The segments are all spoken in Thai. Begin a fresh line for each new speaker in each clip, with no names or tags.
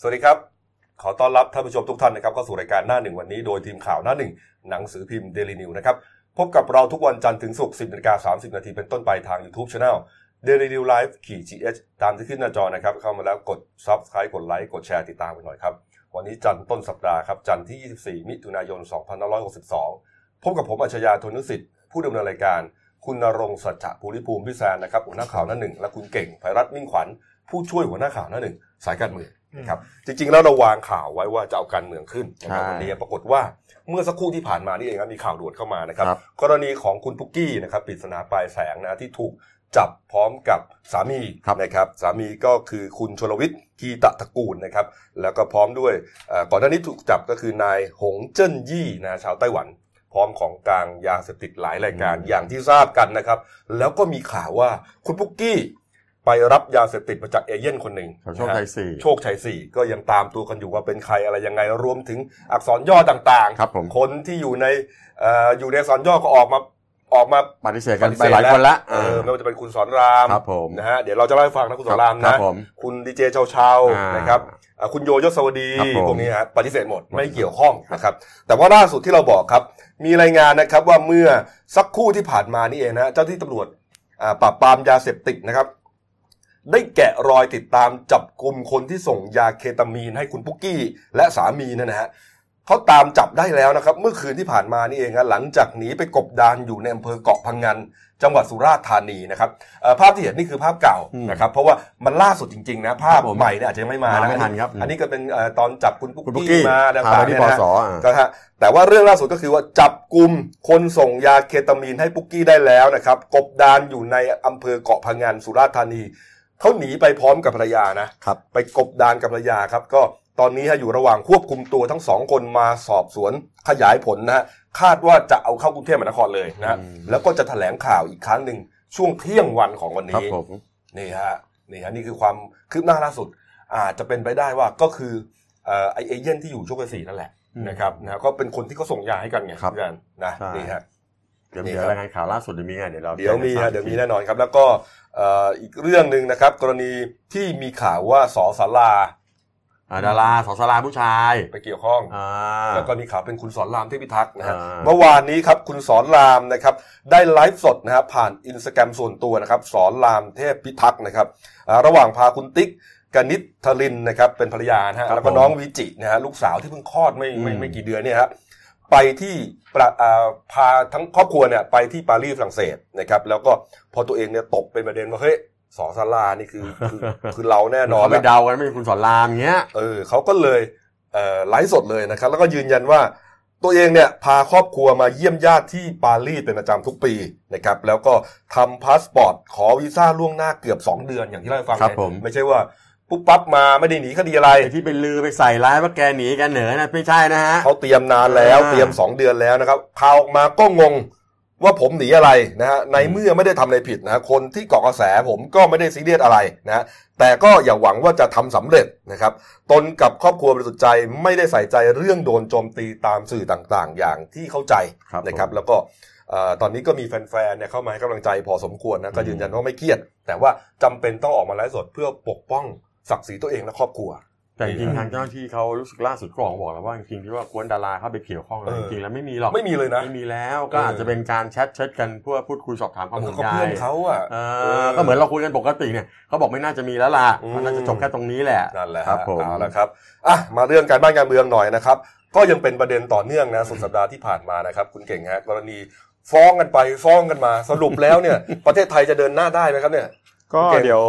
สวัสดีครับ ขอต้อนรับท่านผู้ชมทุกท่านนะครับเข้าสู่รายการหน้าหนึ่งวันนี้โดยทีมข่าวหน้าหนึ่งหนังสือพิมพ์เดลินิวนะครับ พบกับเราทุกวันจันทร์ถึงศุกร์ 10นาฬิกา30 นาทีเป็นต้นไปทาง YouTube Channel Daily New Life ขีด GH ตามที่ขึ้นหน้าจอนะครับ เข้ามาแล้วกด Subscribe กดไลค์กดแชร์ติดตามกันหน่อยครับ วันนี้จันทร์ต้นสัปดาห์ครับ จันทร์ที่ 24 มิถุนายน 2562 พบกับผมอัจฉริยะธนุสิทธิ์ ผู้ดำเนินรายการ คุณณรงค์สัจจะภูริภูมิพิศานนะครับหัวหน้าข่าวหน้าหนึ่งและคุณเก่งไพรัตน์มิ่งขวัญผู้ช่วยหัวหน้าข่าวหน้าหนึ่งสายการเมือง นะครับจริงๆแล้วเราวางข่าวไว้ว่าจะเอาการเมืองขึ้นนะครับ
ใช่
วันนี้ปรากฏว่าเมื่อสักครู่ที่ผ่านมานี่เองครับมีข่าวด่วนเข้ามานะครับ
ครับ
กรณีของคุณปุ๊กกี้นะครับปริศนาปลายแสงนะที่ถูกจับพร้อมกับสามีนะครับสามีก็คือคุณชลวิทย์กีตะตระกูลนะครับแล้วก็พร้อมด้วยเอ่อก่อนหน้านี้ถูกจับก็คือนายหงเจิ้นยี่นะชาวไต้หวัน พร้อมของกลางยาเสพติดหลายรายการอย่างที่ทราบกันนะครับ แล้วก็มีข่าวว่าคุณปุ๊กกี้ ไปรับยาเสพติดมาจากเอเย่นคนหนึ่ง
แถวโชคชัย
นะฮะ
สี่
โชคชัยสี่ก็ยังตามตัวกันอยู่ว่าเป็นใครอะไรยังไงรวมถึงอักษรย่อต่าง
ครับผม
ๆ คนที่อยู่ในเอ่ออยู่ในอักษรย่อก็ออกมาออกมา
ปฏิเสธกันไปหลายคนละ
เออไม่ว่าจะเป็นคุณสอนราม
ครับผม
นะฮะเดี๋ยวเราจะเล่าให้ฟังนะคุณสอนราม
ค
นะ
บผม
คุณดีเจเชาเชา
อ่าน
นะครับอ่าคุณโยยศวดี
ครับผม
พวกนี้ฮะปฏิเสธหมดไม่เกี่ยวข้องนะครับแต่ว่าล่าสุดที่เราบอกครับ มีรายงานนะครับว่าเมื่อสักครู่ที่ผ่านมานี่เองนะ เจ้าที่ตำรวจอ่าปราบปรามยาเสพติดนะครับ ได้แกะรอยติดตามจับกลุ่มคนที่ส่งยาเคตามีนให้คุณปุ๊กกี้และสามีเนยนะฮะเขาตามจับได้แล้วนะครับ เมื่อคืนที่ผ่านมานี่เองนะหลังจากหนีไปกบดานอยู่ในอำเภอเกาะพังงานจังหวัดสุราษฎร์ธานีนะครับเอ่อภาพที่เห็นนี่คือภาพเก่า
อืม
นะครับเพราะว่ามันล่าสุดจริงๆนะภาพ
ครับผม
ใหม่เนี่ยอาจจะยังไม่มา
มา
นะ
ไม่ทันครับ
อันนี้ก็เป็นเอ่อตอนจับคุณปุ๊ก
คุณปุ๊ก
กี้
กี้
มา
พา
ต่างๆ
ไปที่
เนี่ย
ป
นะฮะ
สอ่ะ
ก็ฮะแต่ว่าเรื่องล่าสุดก็คือว่าจับกลุ่มคนส่งยาเคตามีนให้ปุกกี้ได้แล้วนะครับ กบดานอยู่ในอำเภอเกาะพังงานสุราษฎร์ธานีเขาหนีไปพร้อมกับภรรยานะครับ ไปกบดานกับภรรยาครับ ก็ตอนนี้ฮะอยู่ระหว่างควบคุมตัวทั้งสองคนมาสอบสวนขยายผลนะฮะคาดว่าจะเอาเข้ากรุงเทพมหานครเลยนะฮะ
อืม
แล้วก็จะแถลงข่าวอีกครั้งหนึ่งช่วงเที่ยงวันของวัน
ครับ
นี้
ผม
นี่ฮะนี่ฮะนี่คือความคืบหน้าล่าสุด อาจจะเป็นไปได้ว่าก็คือเอ่อไอเอเย่นที่อยู่โชคชัยสี่นั่นแหละ
อืม
นะครับนะก็เป็นคนที่เขาส่งยาให้กันไง
ครับ
พี่อันนะ
ใช่
นี่ฮะ
เดี๋ยว
นี่
เดี๋
ค
ย
รับ
วรายงานข่าวล่าสุดเดี๋ยวมีไงเดี๋ยวเรา
เดี๋ยวมี
แจ้งให้
ฮะ
ทราบ
เดี๋ยวมี
อีกที
แน่นอนครับ แล้วก็เอ่ออีกเรื่องหนึ่งนะครับ กรณีที่มีข่าวว่าสอสารา
อ่าดาราสอสลาผู้ชาย
ไปเกี่ยวข้อง
อ่า
แล้วก็มีข่าวเป็นคุณสอนรามเทพิทักษ์นะฮะ
อ่า
เมื่อวานนี้ครับคุณสอนรามนะครับได้ไลฟ์สดนะฮะผ่านอินสตาแกรมส่วนตัวนะครับสอนรามเทพพิทักษ์นะครับอ่าระหว่างพาคุณติ๊กกนิษฐลินนะครับเป็นภรรยานะฮะ
ครับ
แล้วก็
ผม
น้องวิจินะฮะลูกสาวที่เพิ่งคลอดไม่ไม่
อืม
ไม่กี่เดือนเนี่ยฮะไปที่ประอ่าพาทั้งครอบครัวเนี่ยไปที่ปารีสฝรั่งเศสนะครับแล้วก็พอตัวเองเนี่ยตกเป็นประเด็นว่าเฮ้ยสอสารานี่คือคือคือเราแน่นอน
เขา
แห
ไป
ละ
เดากันไม่มีคุณสอนรามอย่างเงี้ย
เออเขาก็เลยเอ่อไลฟ์สดเลยนะครับ แล้วก็ยืนยันว่าตัวเองเนี่ยพาครอบครัวมาเยี่ยมญาติที่ปารีสเป็นประจำทุกปีนะครับแล้วก็ทำพาสปอร์ตขอวีซ่าล่วงหน้าเกือบ 2 เดือนอย่างที่เล่าให้ฟัง
ครับ
เนี่ย
ผม
ไม่ใช่ว่าปุ๊บปั๊บมาไม่ได้หนีคดีอะไร
ไอ้ที่ไปลือไปใส่ร้ายว่าแกหนีแกเหนือนะไม่ใช่นะฮะ
เขาเตรียมนานแล้ว
อ่า
เตรียม 2 เดือนแล้วนะครับข่าวออกมาก็งงว่าผมหนีอะไรนะฮะในเมื่อไม่ได้ทำอะไรผิดนะฮะคนที่เกาะกระแสผมก็ไม่ได้ซีเรียสอะไรนะฮะแต่ก็อย่าหวังว่าจะทำสำเร็จนะครับตนกับครอบครัวบริสุทธิ์ใจไม่ได้ใส่ใจเรื่องโดนโจมตีตามสื่อต่างๆ อย่างที่เข้าใจ
ครับ
นะครับ
ผม
แล้วก็เอ่อตอนนี้ก็มีแฟนๆเนี่ยเข้ามาให้กำลังใจพอสมควรนะก็ยืนยันว่าไม่เครียด แต่ว่าจำเป็นต้องออกมาไลฟ์สดเพื่อปกป้องศักดิ์ศรีตัวเองและครอบครัว
แต่จริงๆทางเจ้าหน้าที่เขารู้สึกล่าสุดก็ออกมาบอกแล้วว่าจริงๆที่ว่ากวนดาราเข้าไปเกี่ยวข้องอะไร
เออ
จริงๆแล้วไม่มีหรอก
ไม่มีเลยนะ
ไม่มีแล้วก็
เอออ
อาจจะเป็นการแชทเชทกันเพื่อพูดคุยสอบถามข้อมูล
ก็
ได้
เพื่อนเขาอ่ะ
เออก็เหมือนเราคุยกันปกติเนี่ยเขาบอกไม่น่าจะมีแล้วล่ะ
อืม
มันน่าจะจบแค่ตรงนี้แหละ
นั่นแหละฮะ
ครับผม
เอาละครับอ่ะมาเรื่องการบ้านการเมืองหน่อยนะครับ ก็ยังเป็นประเด็นต่อเนื่องนะสุดสัปดาห์ที่ผ่านมานะครับ คุณเก่งฮะกรณีฟ้องกันไปฟ้องกันมา สรุปแล้วเนี่ย ประเทศไทยจะเดินหน้าได้ไหมครับเนี่ย
ก็
โอเค
เดี๋ยว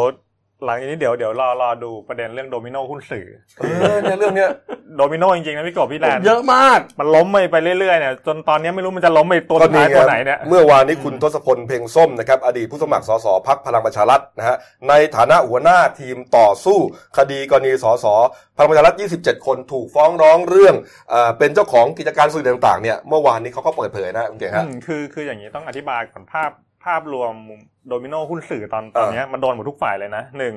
หลังจากนี้เดี๋ยวเดี๋ยวรอรอดูประเด็นเรื่องโดมิโนหุ้นสื่อ
เออเนี่ยเรื่องเนี้ย
โดมิโนจริงๆนะพี่กบพี่แลน
เยอะมาก
มันล้มไปไปเรื่อยๆเนี่ยจนตอนนี้ไม่รู้มันจะล้มไปตัวสุดท้าย
ก็
ตัวไหนเนี่ย
เมื่อวานนี้คุณทศพลเพ่งส้มนะครับ อดีตผู้สมัครสสพักพลังประชารัฐนะฮะในฐานะหัวหน้าทีมต่อสู้ คดีกรณีสสพลังประชารัฐ 27 คนถูกฟ้องร้องเรื่องเอ่อเป็นเจ้าของกิจการสื่อต่างๆเนี่ยเมื่อวานนี้เขาก็เปิดเผยนะคุณเก่งฮะ
อืมคือคืออย่างนี้ต้องอธิบายก่อนภาพภาพรวมโดมิโนหุ้นสื่อตอนตอนเนี้ยมันโดนหมดทุกฝ่ายเลยนะหนึ่ง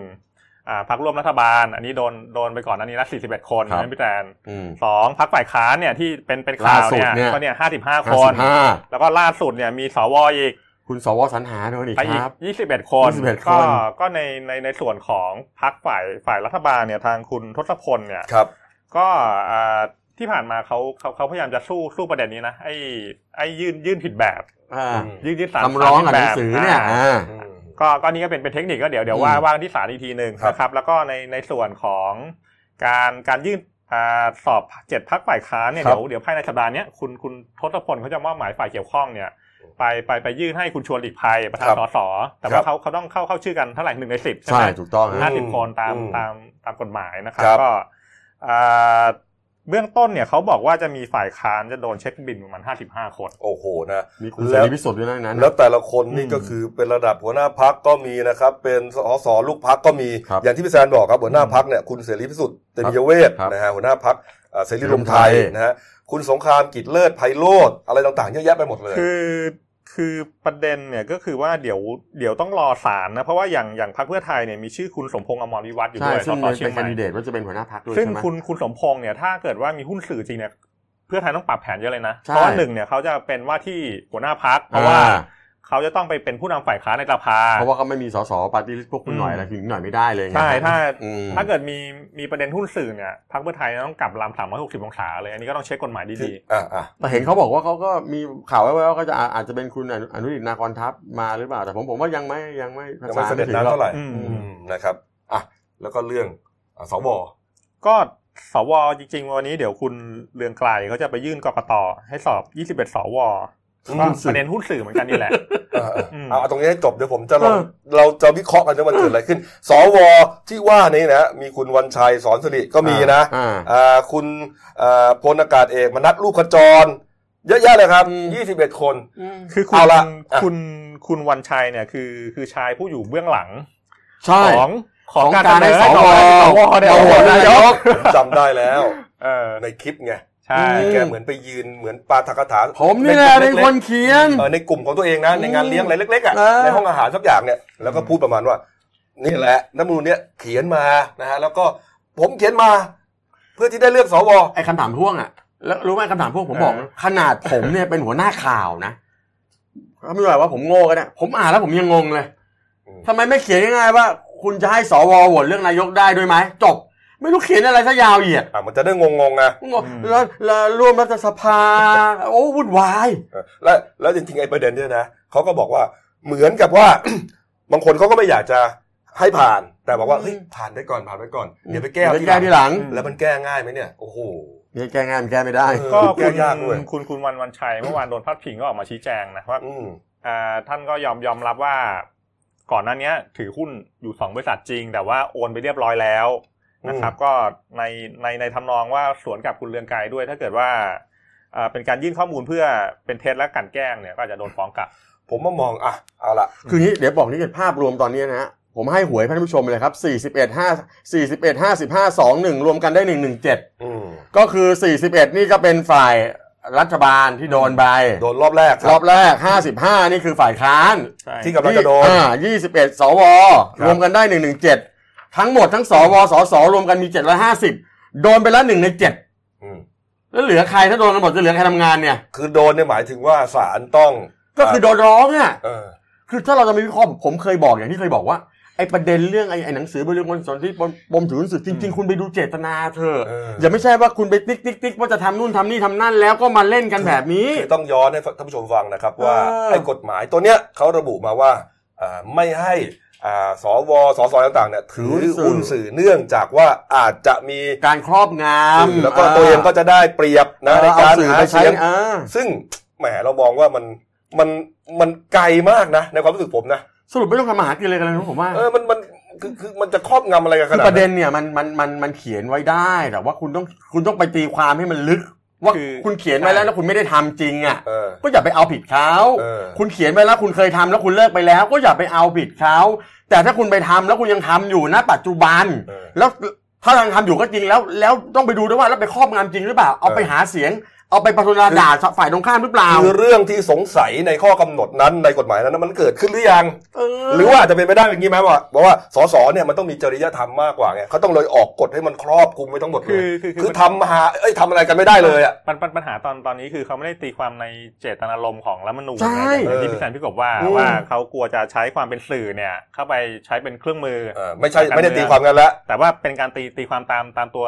อ่าพักร่วมรัฐบาล อันนี้โดนโดนไปก่อนอันนี้ละ41 คน
ครับ
นะพี่แตน
อืม
สองพักฝ่ายค้านเนี่ยที่เป็นเป็นข่าว
ล่าสุด
เนี่
เนี่ย
ยก็เนี่ย55
ห้า
คน
สิบห้า
แล้วก็ล่าสุดเนี่ยมีสวอีก
คุณสวสรรหาโดนอีก
ไปอี
ค
ก
รับ
ยี่สิบเอ็ดคน
21คน
ก็ก็ในในในส่วนของพักฝ่ายฝ่ายรัฐบาลเนี่ยทางคุณทศพลเนี่ย
ครับ
ก็อ่าที่ผ่านมาเขาเขาเขาพยายามจะสู้สู้ประเด็นนี้นะไอ้ไอ้ยื่นยื่นผิดแบบ
อ่า
อืม
ยื่นยื่นสาร
คำร้องกับห
ผิ
นั
ดแบ
ง
บ
สือเนี่ย
า
อ่า
อืม
ก็ก็นี่ก็เป็นเป็นเทคนิคก็เดี๋ยวเดี๋ยว
อืม
ว่าว่างที่ศาลอีกทีหนึ่ง
ครับ
นะครับ แล้วก็ในในส่วนของการการยื่นอ่าสอบเจ็ดพักฝ่ายค้านเนี่ย
ครับ
เดี๋ยวเดี๋ยวภายในสัปดาห์เนี้ยคุณคุณทศพลเขาจะมอบหมายฝ่ายเกี่ยวข้องเนี่ย ไปไปไปยื่นให้คุณชวนหลีกภัยประธาน
ครับ
สสแต่
ครั
ว่า
บ
เขาเขาต้องเข้าเข้าชื่อกันเท่าไหร่หนึ่งในสิบใช่
ใช่
ไหม
ถูกต้อง
ครั
ฮะ
ห้า
บ
สิบคนตาม
อืม
ตามตามกฎหมายนะครับ
ครับ
ก็อ่าเบื้องต้นเนี่ยเขาบอกว่าจะมีฝ่ายค้านจะโดนเช็คบินประมาณห้าสิบห้าคน
โอ้โหนะ
มีคุณ
แล้
เส
ว
รีพิสุทธิ์ด้วยนะในนั้น
แล้วแต่ละคนนี่
อืม
ก็คือเป็นระดับหัวหน้าพักก็มีนะครับ เป็นสอสอลูกพักก็มี
ครับ
อย่างที่พี่แซนบอกครับหัวหน้าพักเนี่ยคุณเสรีพิสุทธิ์เตมียเวท
ครับ
นะฮะหัวหน้าพักเสรีรวมไทย
รวมไทย
นะฮะคุณสงครามกิจเลิศไพโรธอะไรต่างๆเยอะแยะไปหมดเลย
คือคือประเด็นเนี่ยก็คือว่าเดี๋ยวเดี๋ยวต้องรอศาลนะ เพราะว่าอย่างอย่างพรรคเพื่อไทยเนี่ยมีชื่อคุณสมพงษ์อมรวิวัฒน์อยู่
ใช่
ด้วยส
ซึ่ง
ส
เป็น
เชียงให
แคน
ม่
ดิเดตว่าจะเป็นหัวหน้าพรรคด้วย
ซึ่ง
ใช่ไหม
คุณคุณสมพงษ์เนี่ยถ้าเกิดว่ามีหุ้นสื่อจริงเนี่ยเพื่อไทยต้องปรับแผนเยอะเลยนะ
ใช่
เพราะว่าหนึ่งเนี่ยเขาจะเป็นว่าที่หัวหน้าพักเพราะว่า
อ่
เขาจะต้องไปเป็นผู้นำฝ่ายค้านในสภา
เพราะว่าเขาไม่มีสสปาร์ตี้ลิสต์พวกคุณหน่อย
อืม
อะไรคุณหน่อยไม่ได้เลยไง
ใช่ถ้า
อืม
ถ้าเกิดมีมีประเด็นหุ้นสื่อเนี่ยพรรคเพื่อไทยต้องกลับลำสามร้อยหกสิบองศาเลย อันนี้ก็ต้องเช็คกฎหมาย
ที่
ดี
อ่าอ่า
แต่เห็นเขาบอกว่าเขาก็มีข่าวแว่วๆว่าก็จะอาอาจจะเป็นคุณอนุอนุดิตนาคอนทัพมาหรือเปล่า แต่ผมผมว่ายังไม่ยังไม่
ยังไม่เสด็จน้ำเท่าไหร่
ๆอืม
อืมนะครับอ่ะแล้วก็เรื่องอ่ะสว
ก็สวจริงๆ วันนี้เดี๋ยวคุณเรืองไกลเขาจะไปยื่นกกตให้สอบ 21 สว
อืม
ก็ประเด็นหุ้นสื่อเหมือนกันนี่แหละ
เออเออ
อืม
เอาเอาตรงนี้ให้จบเดี๋ยวผมจะลองเราจะวิเคราะห์กันว่ามันเกิดอะไรขึ้น สวที่ว่านี้นะ มีคุณวันชัยสอนสิริก็มีนะ
อ่า
อ่าคุณอ่าพลอากาศเอกมนัดลูกขจร เยอะแยะเลยครับยี่สิบเอ็ดคน
คือคุ
เอา
ณ
ละอ่ะ
คุณคุณวันชัยเนี่ยคือคือชายผู้อยู่เบื้องหลัง
ใช่
ของของ
ของ
การ
การ
เสนอ
ให้
ให้
ส
ส
ว
วเนี่ย
โอ้
โอ้
โหนาน
โหาย ย
ก
ก
ผมจำได้แล้ว
เออ
ในคลิปไง
ใช่
อื
แกเหมือนไปยืนเหมือนปาฐกถา
ผมนี่แหละเป็นคน
ล็ก
เขียน
ๆเออในกลุ่มของตัวเองนะ ในงานเลี้ยงอะไรเล็กๆอ่ะ
เออ
ในห้องอาหารสักอย่างเนี่ยแล้วก็พูดประมาณว่า นี่แหละน้ำมูลเนี่ยเขียนมานะฮะแล้วก็ผมเขียนมา เพื่อที่ได้เลือกสว
ไอ้คำถามพ่วงอ่ะ แล้วรู้ไหมคำถามพ่วงผมบอก ขนาดผมเนี่ยเป็นหัวหน้าข่าวนะเขาไม่รู้หรอกว่าผมโง่ก็ได้ผมอ่านแล้วผมยังงงเลย
อืม
ทำไมไม่เขียนง่ายๆว่า คุณจะให้สวโหวตเรื่องนายกได้ด้วยไหมจบ ไม่รู้เขียนอะไรซะยาวเหยียด
อ่ะมันจะได้งงๆไง
งงแล้วแล้วร่วมรัฐสภา โอ้วุ่นวาย
เออและแล้วจริงๆไอ้ประเด็นเนี่ยนะเขาก็บอกว่าเหมือนกับว่า บางคนเขาก็ไม่อยากจะให้ผ่าน แต่บอกว่าเฮ้ยผ่านไปก่อนผ่านไปก่อนเดี๋ยวไปแก้
เดี๋ยว
ที่
ไปแก้ทีหลัง
แล้วมันแก้ง่ายไหมเนี่ยโอ้โห
นี่แก้งานแก้ไม่ได้
เออ
ก็
แก้
คุณ
ยากด้วย
คุณคุณวันวันชัยเมื่อวานโดนพัดพิงก็ออกมาชี้แจงนะว่า
อืม
อ่าท่านก็ยอมยอมรับว่าก่อนหน้าเนี้ย ถือหุ้นอยู่สองบริษัทจริง แต่ว่าโอนไปเรียบร้อยแล้วนะครับ ก็ในในในทำนองว่าสวนกับคุณเรืองไกรด้วย ถ้าเกิดว่าอ่าเป็นการยื่นข้อมูลเพื่อเป็นเท็จและกลันแกล้งเนี่ย ก็อาจจะโดนฟ้องกลับ
ผมมามองอ่ะเอาละ
คืองี้เดี๋ยวบอกนี่เป็นภาพรวมตอนนี้นะฮะผมให้หวยท่านผู้ชมเลยครับ41 5 41 55 21 รวมกันได้ 117
อืม
ก็คือ 41 นี่ก็เป็นฝ่ายรัฐบาลที่โดนไป
โดนรอบแรกค
ร
รั
อ
บบ
แรก 55 นี่คือฝ่ายค้าน
ใช่
ที่กำลังจะโดน
อ่า21 สว
ครับ
รวมกันได้ 117 ทั้งหมดทั้งสวสสรวมกันมี 750 โดนไปแล้ว1ใน 7
อืม
แล้วเหลือใครถ้าโดนกันหมดจะเหลือใครทำงานเนี่ย
คือโดนเนี่ยหมายถึงว่าศาลต้อง
ก็คือโดนร้องอ่ะ
เออ
คือถ้าเราจะมีวิเคราะห์ผมเคยบอกอย่างที่เคยบอกว่าไอ้ประเด็นเรื่องไอ้ไอ้หนังสือบริวารสนที่ปมปมถือหุ้นสื่อจริง
อืม
ๆ คุณไปดูเจตนาเธอะ
เอออ
อย่าไม่ใช่ว่าคุณไปติ๊กติ๊กติ๊กว่าจะทำนู่นทำนี่ทำนั่นแล้วก็มาเล่นกันแบบนี้
คือต้องย้อนให้ท่านผู้ชมฟังนะครับว่า
เออ
ไอ้กฎหมายตัวเนี้ยเขาระบุมาว่าอ่าไม่ให้อ่าสวสสต่างๆเนี่ยถือหุ้นสื่อเนื่องจากว่าอาจจะมี
การครอบง
สื่อ
ำ
แล้วก็ตัวเองก็จะได้เปรียบนะในการ
เอสื่อ
หา
ไปใช้
เสียง
อ่า
ซึ่งแหมเรามองว่ามันมันมันไกลมากนะในความรู้สึกผมนะ
สรุปไม่ต้องทำมาหากินเลยกันเลยนะผมว่า
เออมันมันคือคือมันจะครอบงำอะไรกันข
คือ
นาด
ประเด็
นั้น
นเนี่ยมันมันมันมันเขียนไว้ได้แต่ว่าคุณต้องคุณต้องไปตีความให้มันลึก ว่า
คือ
คุณเขียนไว้แล้วแล้วคุณไม่ได้ทำจริงอ่ะ
เออ
ก็อย่าไปเอาผิดเขา
เออ
คุณเขียนไปแล้วคุณเคยทำแล้วคุณเลิกไปแล้ว ก็อย่าไปเอาผิดเขาแต่ถ้าคุณไปทำแล้วคุณยังทำอยู่ณปัจจุบัน
เออ
แล้วถ้ายังทำอยู่ก็จริงแล้ว แล้วต้องไปดูด้วยว่าแล้วไปครอบงำจริงหรือเปล่า เอาไป
เออ
หาเสียง เอาไปประทุนราด่าฝ่ายตรงข้ามหรือเปล่า
คือเรื่องที่สงสัยในข้อกำหนดนั้นในกฎหมายนั้นนะมันเกิดขึ้นหรือยัง
เออ
หรือว่าอาจจะเป็นไปได้อย่างนี้ไหมว่าบอกว่าสสเนี่ยมันต้องมีจริยธรรมมากกว่าไงเขาต้องเลยออกกฎให้มันครอบคลุมไว้ทั้งหมดเล
คื
ย
อคือ
คื
คือ อ
ทำหาเอ้ยทำอะไรกันไม่ได้เลยอ่ะ
มันปัญปัญหาตอนตอนนี้คือเขาไม่ได้ตีความในเจตนารมณ์ของรัฐธรรมนูญ
ใช่
อย่างที่พี่แซนพี่กบว่า
อืม
ว่าเขากลัวจะใช้ความเป็นสื่อเนี่ยเข้าไปใช้เป็นเครื่องมือ
เออไม่ใช่ไม่ได้ตีความกันแล้ว
แต่ว่าเป็นการตีตีความตามตามตัว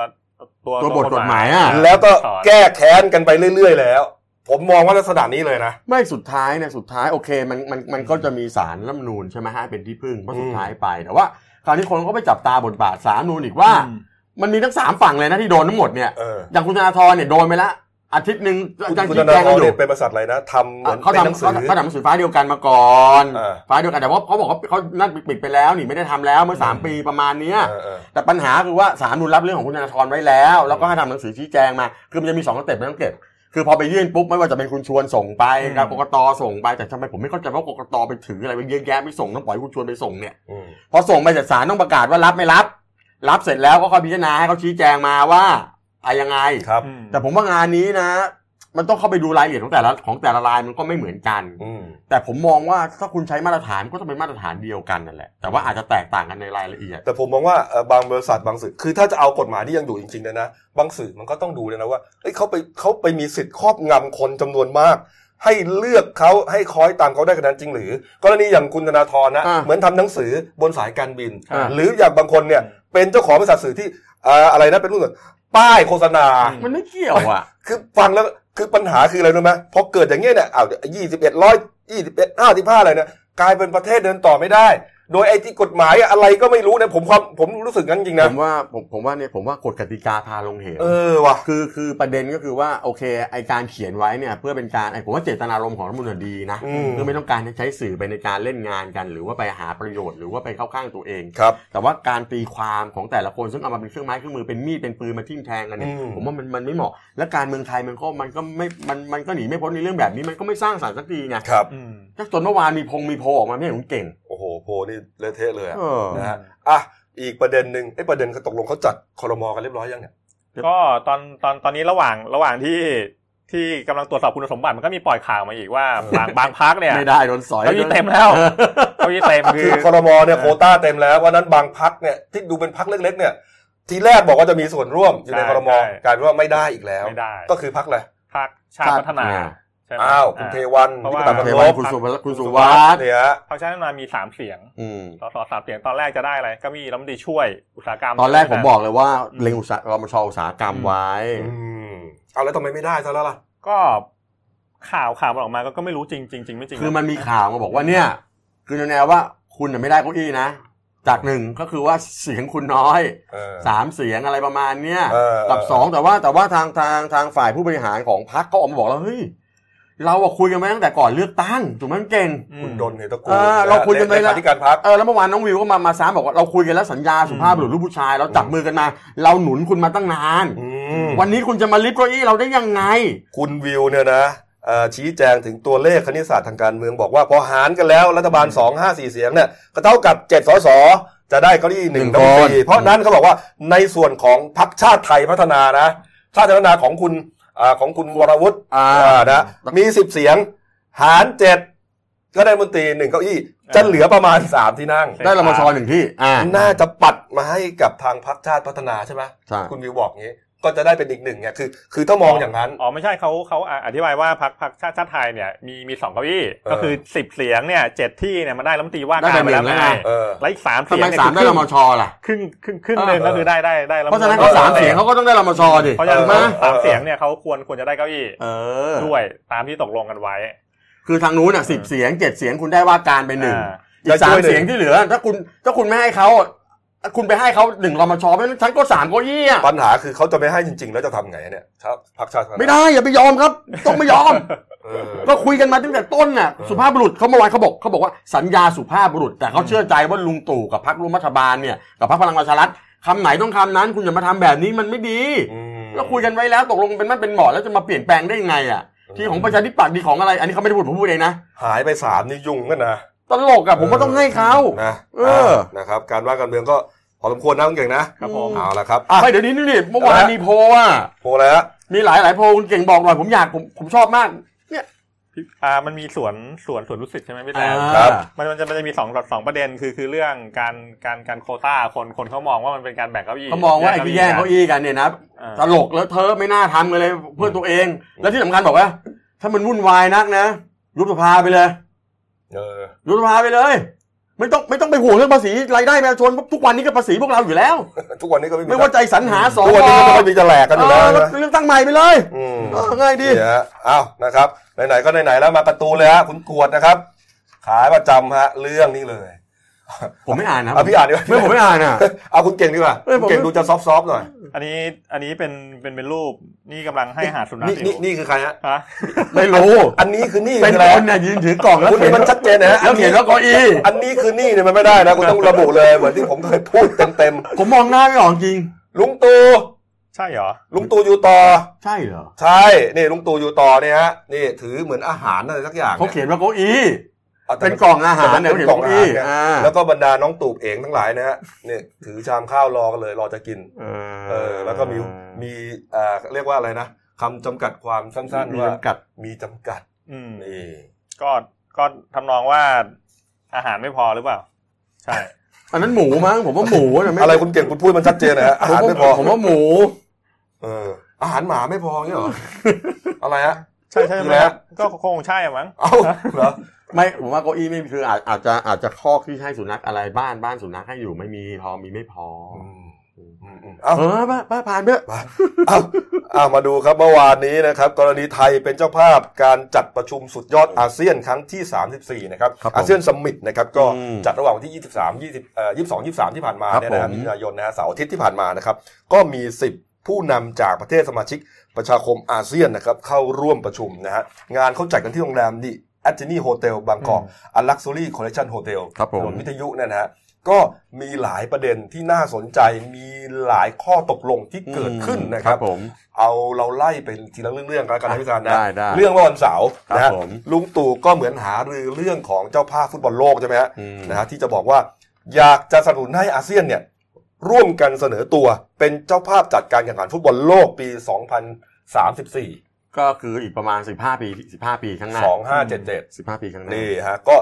ตัว
ตัวบทกฎหมายอะ
แล้วก็
สอน
แก้แค้นกันไปเรื่อย ๆ แล้ว ผมมองว่าลักษณะนี้เลยนะ
ไม่สุดท้ายเนี่ยสุดท้ายโอเคมันมันมันก็จะมีสารรัฐธรรมนูญใช่ไหมฮะเป็นที่พึ่งเพราะสุดท้ายไปแต่ว่าคราวนี้คนก็ไปจับตาบทบาทสารรัฐธรรมนูญอีกว่า
อืม
มันมีทั้งสามฝั่งเลยนะที่โดนทั้งหมดเนี่ย
เออ
อย่างคุณธนาธรเนี่ยโดนไปละอาทิตย์หนึ่งอาจารย์
คุณธ
ชี้
นา
แจง
ธ
กัน
ร
อยู่
เนี่ยเป็นบริษัทอะไรนะทำเหมือน
เขา
เป็นหนัง
ทำ
สือ
เขาเขาทำหนังสือฟ้าเดียวกันมาก่อน
เออ
ฟ้าเดียวกันแต่ว่าเขาบอกว่าเขานั่นปิดไปแล้วนี่ไม่ได้ทำแล้วเมื่อสามปีประมาณเนี้ย
เออเออ
แต่ปัญหาคือว่าสาลรฐธรรมนูญรับเรื่องของคุณธนาธรไว้แล้ว แล้วก็ให้ทำหนังสือชี้แจงมา คือมันจะมีสองสเต็ปไม่ต้องเก็บคือพอไปยื่นปุ๊บไม่ว่าจะเป็นคุณชวนส่งไป
อืม
กับกกตส่งไปแต่ทำไมผมไม่เข้าใจว่ากกตไปถืออะไรไปเยอะแยะไม่ส่งต้องปล่อยให้คุณชวนไปส่งเนี่ย
อืม
พอส่งไปเสร็จศาลต้องประกาศว่ารับไม่รับ รับเสร็จแล้วก็ค่อยพิจารณาให้เขาชี้แจงมาว่าอะยังไง
ครับ
อืม
แต่ผมว่างานนี้นะ มันต้องเข้าไปดูรายละเอียดของแต่ละของแต่ละรายมันก็ไม่เหมือนกัน
อืม
แต่ผมมองว่าถ้าคุณใช้มาตรฐานก็ต้องเป็นมาตรฐานเดียวกันนั่นแหละแต่ว่าอาจจะแตกต่างกันในรายละเอียด
แต่ผมมองว่าเอ่อบางบริษัทบางสื่อคือถ้าจะเอากฎหมายที่ยังอยู่จริงๆเลยนะ บางสื่อมันก็ต้องดูเลยนะว่าเอ้ยเขาไปเขาไปมีสิทธิ์ครอบงำคนจำนวนมาก ให้เลือกเขาให้คอยตามเขาได้ขนาดนั้นจริงหรือกรณีอย่างคุณธนาธรนะ
อ่า
เหมือนทำหนังสือบนสายการบิน
อ่า
หรืออย่างบางคนเนี่ยเป็นเจ้าของบริษัทสื่อที่เอ่ออะไรนะเป็นรุ่นป้ายโฆษณา
อืม
มันไม่เกี่ยวอะ
คือฟังแล้วคือปัญหาคืออะไรรู้ไหมพอเกิดอย่างเงี้ยเนี่ยอ้าวยี่สิบเอ็ดร้อยยี่สิบเอ็ดห้าสิบห้าอะไรเนี่ยกลายเป็นประเทศเดินต่อไม่ได้ โดยไอ้ที่กฎหมายอะไรก็ไม่รู้เนี่ยผมความผมรู้สึกงั้นจริง
ผ
นะ
มว่าผมผมว่าเนี่ยผมว่ากฎกติกาพาลงเหว
เออว่ะ
คือคือประเด็นก็คือว่าโอเคไอการเขียนไว้เนี่ยเพื่อเป็นการไอผมว่าเจตนารมณ์ของรัฐธรรมนตรีนะ
อืม
คือไม่ต้องการจะใช้สื่อไปในการเล่นงานกัน หรือว่าไปหาประโยชน์หรือว่าไปเข้าข้างตัวเอง
ครับ
แต่ว่าการตีความของแต่ละคนซึ่งเอามาเป็นเครื่องไม้เครื่องมือเป็นมีดเป็นปืนมาทิ่มแทงกันเนี่ย
อืม
ผมว่ามันมันไม่เหมาะ และการเมืองไทยมันก็มันก็ไม่มันมันก็หนีไม่พ้นในเรื่องแบบนี้มันก็ไม่สร้างสรรค์สักทีไง
ครับ
อืม
ก็จนเมื่อวานมีพงมีโพออกมาไม่เห็นคุณเก่ง
โอ้โหโพลนี่เละเทะเลยอะ
เออ
นะฮะอ่ะอีกประเด็นหนึ่งไอ้ประเด็นเขาตกลงเขาจัดคอรมอกันเรียบร้อยยังเนี่ย
ก็ตอนตอนตอนนี้ระหว่างระหว่างที่ที่กำลังตรวจสอบคุณสมบัติมันก็มีปล่อยข่าวมาอีกว่า
เออ
บางบางพักเนี่ย
ไม่ได้โดนสอย
เก้าอี้เต็มแล้วเก้าอี้เต็มคื
คือ
อ
คอรมอเนี่ยโควต้าเต็มแล้ววันนั้นบางพักเนี่ยที่ดูเป็นพักเล็กๆเนี่ย ทีแรกบอกว่าจะมีส่วนร่วมอยู่ใน
ใช่
คอรมอ
ใช่
กลายเป็นว่าไม่ได้อีกแล้ว
ไม่ได้
ก็คือพักอะไร
พักชาติพัฒนา
ชาติพัฒนา
ใช่ไหม
อ้าวคุณเท
อ่า
วัน
เพราะว่า
นิติบัตร
เท
พันล
วัน
บ
คุณสุวัสดิ์คุณสุวัสดิ์
เนี่ยฮะ
พรรคชาติพัฒนามีสามเสียง
อืม
สสสามเสียงตอนแรกจะได้อะไรก็มีรัฐมนตรีช่วยอุตสาหกรรม
ตอนแรกผมบอกเลยว่าเล็งอุตสาหกรรมชออุตสาหกรรมไว้
อืมเอาแล้วทำไมไม่ได้ซะแล้วล่ะ
ก็ข่าวข่าวมันออกมาก็ก็ไม่รู้จริงจริงจริงไม่จริง
คือมันมีข่าวมาบอกว่าเนี่ย คือแนวๆว่าคุณน่ะไม่ได้เก้าอี้นะ จากหนึ่งก็คือว่าเสียงคุณน้อย
เออ
สามเสียงอะไรประมาณเนี้ย
เออ
กับสองแต่ว่าแต่ว่าทางทางทางฝ่ายผู้บริหารของพรรคก็ออกมาบอกแล้วเฮ้ยเราอะคุยกันมาตั้งแต่ก่อนเลือกตั้งถูกไหมเก่ง
อืม
คุณดนเหตุกูล
เออเราคุยกันไป
เล
แล้ว
ขาธิการพัก
เออแล้วเมื่อวานน้องวิวก็มามาซ้ำบอกว่าเราคุยกันแล้วสัญญาสุภาพบุรุษลูกผู้ชาย เราจับมือกันมา เราหนุนคุณมาตั้งนาน วันนี้คุณจะมาลิบเก้าอี้เราได้ยังไง
คุณวิวเนี่ยนะเอ่อชี้แจงถึงตัวเลขคณิตศาสตร์ทางการเมืองบอกว่าพอหารกันแล้วรัฐบาล 2 5 4 เสียงเนี่ยก็เท่ากับ 7 สส จะได้เก้าอี้หนึ่ง
หนึ่งคน
ตีเพราะนั้นเขาบอกว่าในส่วนของพักชาติไทยพัฒนานะ ชาติไทยพัฒนาของคุณอ่าของคุณวรวุฒิ
อ่า
อ่านะมี 10 เสียง หารเจ็ดก็ได้มนตรีหนึ่งเก้าอี้จะเหลือประมาณสามที่นั่ง
ได้รมชหนึ่งที่ อ่า
น่าจะปัดมาให้กับทางพรรคชาติพัฒนาใช่ไหม
ใช่
คุณวิวบอกงี้ ก็จะได้เป็นอีกหนึ่งไงคือ คือถ้ามองอย่างนั้น
อ๋อไม่ใช่เขาเขาอ่ะอธิบายว่าพักพักชาติชาติไทยเนี่ยมีมีสองเก้าอี้ ก็คือสิบเสียงเนี่ยเจ็ดที่เนี่ยมันได้รัฐมนตรีว่า
ได้
การ
ไป
ไปแล้ว
หนึ่งแล้ว
ไง
ไง
เออ
และอีกสาม
ทำ
เสีย
ไม
งเนี่ย
สามได้รมชล่ะ
ครึ่งครึ่งครึ่งหนึ่ง
เออ
ก็คือได้ได้ได้ฐ
เพราะฉะนั้น
ก็
เขาสาม
เออ
เสียงเขาก็ต้องได้รมชดิ
เพราะฉะนั้น
ใช่ไหม
สามเสียงเนี่ยเขาควรควรจะได้เก้าอี้
เออ
ด้วยตามที่ตกลงกันไว้
คือทางนู้นอ่ะสิบเสียงเจ็ดเสียงคุณได้ว่าการไปหนึ่ง
อ่า
อีกสามเสียงที่เหลือ ถ้าคุณถ้าคุณไม่ให้เขาคุณไปให้เขาหนึ่งรมชไม่งั้นฉันก็สามเก้าอี้อ่ะ
ปัญหาคือเขาจะไม่ให้จริง ๆ แล้วจะทำไงเนี่ยครับพรรคชาติพัฒนา
ไม่ได้อย่าไปยอมครับ ต้องไม่ย อม
เออ
ก็คุยกันมาตั้งแต่ต้นน่ะสุภาพบุรุษเขาเมื่อวานเขาบอกเขาบอกว่าสัญญาสุภาพบุรุษ แต่เขาเชื่อใจว่าลุงตู่กับพรรคร่วมรัฐบาลเนี่ยกับพรรคพลังประชารัฐคำไหนต้องคำนั้น คุณอย่ามาทำแบบนี้มันไม่ดี
อืม
เราคุยกันไว้แล้วตกลงเป็นมันเป็นหมอแล้วจะมาเปลี่ยนแปลงได้ยังไงอ่ะที่ของประชาธิปัตย์ดีของอะไร อันนี้เขาไม่ได้พูดผมพูดเองนะ
หายไปสามนี่ยุ่งกันนะ
ตลกอ่ะผมก็ต้องให้เขา
นะ
เออ
นะครับ การว่าการเมืองก็พ อสมควรนะคุณเก่งนะครับ
ผม
เอาละครับ
ไม่เดี๋ยวนี้นี่นี่เมื่อวานมีโพลอ่ะ
โพลแล้ว
มีหลายหลายโพลคุณเก่งบอกหน่อยผมอยากผมผมชอบมาก
อ่ามันมีสวนสวนสวนรุสิตใช่ไหมพี่แตม
อ่า
ครับ
มันมันจะมันจะมีสองสองประเด็นคือคือเรื่องการการการโควต้าคนคนเขามองว่ามันเป็นการแบ่งเก้าอี้
เขามองว่าไอ้ที่แย่งเก้าอี้กันเนี่ยนะ
อ่า
ตลกแล้วเธอะไม่น่าทำกันเลยเพื่อตัวเอง แล้วที่สำคัญบอกว่า ถ้ามันวุ่นวายนักนะยุบสภาไปเลย
เออ
ยุบสภาไปเลย ไม่ต้องไม่ต้องไปห่วงเรื่องภาษีรายได้ประชาชนเพราะทุกวันนี้ก็ภาษีพวกเราอยู่แล้ว
ทุกวันนี้ก็ไม่มี
ไม่ว่าใจสรรหาส
ทุกวันนี้ก็ไม่มีจะแหลกกันอยู่แล้วนะ
เรื่องตั้งใหม่ไปเลย
อืม
เออง่ายดี
เนี่ยฮะอ้าวนะครับไหนๆก็ไหนๆแล้วมาการ์ตูนเลยฮะคุณกวดนะครับ ขายประจำฮะเรื่องนี้เลย
ผมไม่อ่านนะ
เอาพี่อ่านดีกว่า
ไม่ผมไม่อ่านอ่ะ
เอาคุณเก่งดีกว่า
เอ้ยผม
เก่งดูจะซอฟต์ๆหน่อย
อันนี้อันนี้เป็นเป็นเป็นรูปนี่กำลังให้อาหารสุนัข
นี่
อ
นี่
ยู่
นี่คือใครฮะ
ฮะ
ไม่รู้
อันนี้คือนี่
เป็น
คืออะ
ค
ไร
นเนี่ยยืนถือกล่องแล้ว
คุณ
เขียน
มันชัดเจนนะฮะ
แล้วเขียนแล้วเก็อี
อันนี้คือนี่เนี่ยมันไม่ได้นะคุณต้องระบุเลยเหมือนที่ผมเคยพูดเต็ม
ผมมองหน้าไม่ออกจริง
ๆลุงตู่
ใช่เหรอ
ลุงตู่อยู่ต่อ
ใช่เหรอ
ใช่นี่ลุงตู่อยู่ต่อเนี่ยฮะนี่ถือเหมือนอาหารอะไรสักอย่าง
เขาเขียนว่าเก้าอี้
อาแต่
เป็น
มัน
กล่องอาหาร
แต่
เนี่ย
มั
เขาเขีย
ก
น
ล่อ
ว่า
งอาหาร
เก้าอี้
ไง
อ่า
แล้วก็บรรดาน้องตูบเองทั้งหลายนะฮะเนี่ยถือชามข้าวรอกันเลยรอจะกิน เออ แล้วก็มีมีเอ่อเรียกว่าอะไรนะคำจำกัดความสั้น
มี
ๆว่า
จำกัด
มีจำกัด
อืม
นี่
ก็ก็ทำนองว่าอาหารไม่พอหรือเปล่า ใช่
อันนั้นหมูมั้งผมว่าหมูนม่
อะไรคุณเก่งคุณพูดมันชัดเจนนะฮะอา
ผม
หาร
ว่า
ไม่พอ
ผมว่าหมู
เอออาหารหมาไม่พอเงี้ยเหรอ อะไรฮะ
ใช่ใช่ไห
มี
ม
แล้ว
ก็คงใช่อะมั้ง
เอ้าเหรอ
ไม่ผมว่าเก้าอี้ไม่คืออาจอาจจะอาจจะคอกที่ให้สุนัขอะไรบ้านบ้านสุนัขให้อยู่ไม่มีพอมีไม่พอ
อื
อ
มอืมอืมเอ้า
เออป้าป้าผ่านเถอะ
เอาเอามาดูครับเมื่อวานนี้นะครับ กรณีไทยเป็นเจ้าภาพการจัดประชุมสุดยอดอาเซียนครั้งที่ 34 นะครับ
ครับผม
อาเซียนสมิตนะครับ ก็
อืม
จัดระหว่างวันที่ 23 20เอ่อ22 23 ที่ผ่านมา
ครับ
เนี่ยนะฮะ
ผม
มิถุนายนนะฮะเสาร์อาทิตย์ที่ผ่านมานะครับ ก็มี 10 ผู้นำจากประเทศสมาชิกประชาคมอาเซียนนะครับ เข้าร่วมประชุมนะฮะงานเขาจัดกันที่โรงแรมดิแอตเจนีโฮเทลบางกอกอัลักซูรี่คอลเลคชันโฮเทล
ครับผม
ถนนวิทยุเนี่ยนะฮะก็มีหลายประเด็นที่น่าสนใจมีหลายข้อตกลงที่เกิดขึ้นนะครับ
ผม
เอาเราไล่เป็นทีละเรื่องๆกันแล้วกันนะพี่ซานนะ
ได้ได้
เรื่องเมื่อวันเสาร์นะ
ครั
ฮะ
บผม
ลุงตู่ก็เหมือนหารือเรื่องของเจ้าภาพฟุตบอลโลกใช่ไหมฮะ
อืม
นะฮะที่จะบอกว่า อยากจะสนับสนุนให้อาเซียนเนี่ยร่วมกันเสนอตัวเป็นเจ้าภาพจัดการแข่งขันฟุตบอลโลกปี 2034 2577
ก็คืออีกประมาณ 15 ปี 15 ปีข้างหน้า15 ปีข้างหน้า
นี่ฮะก็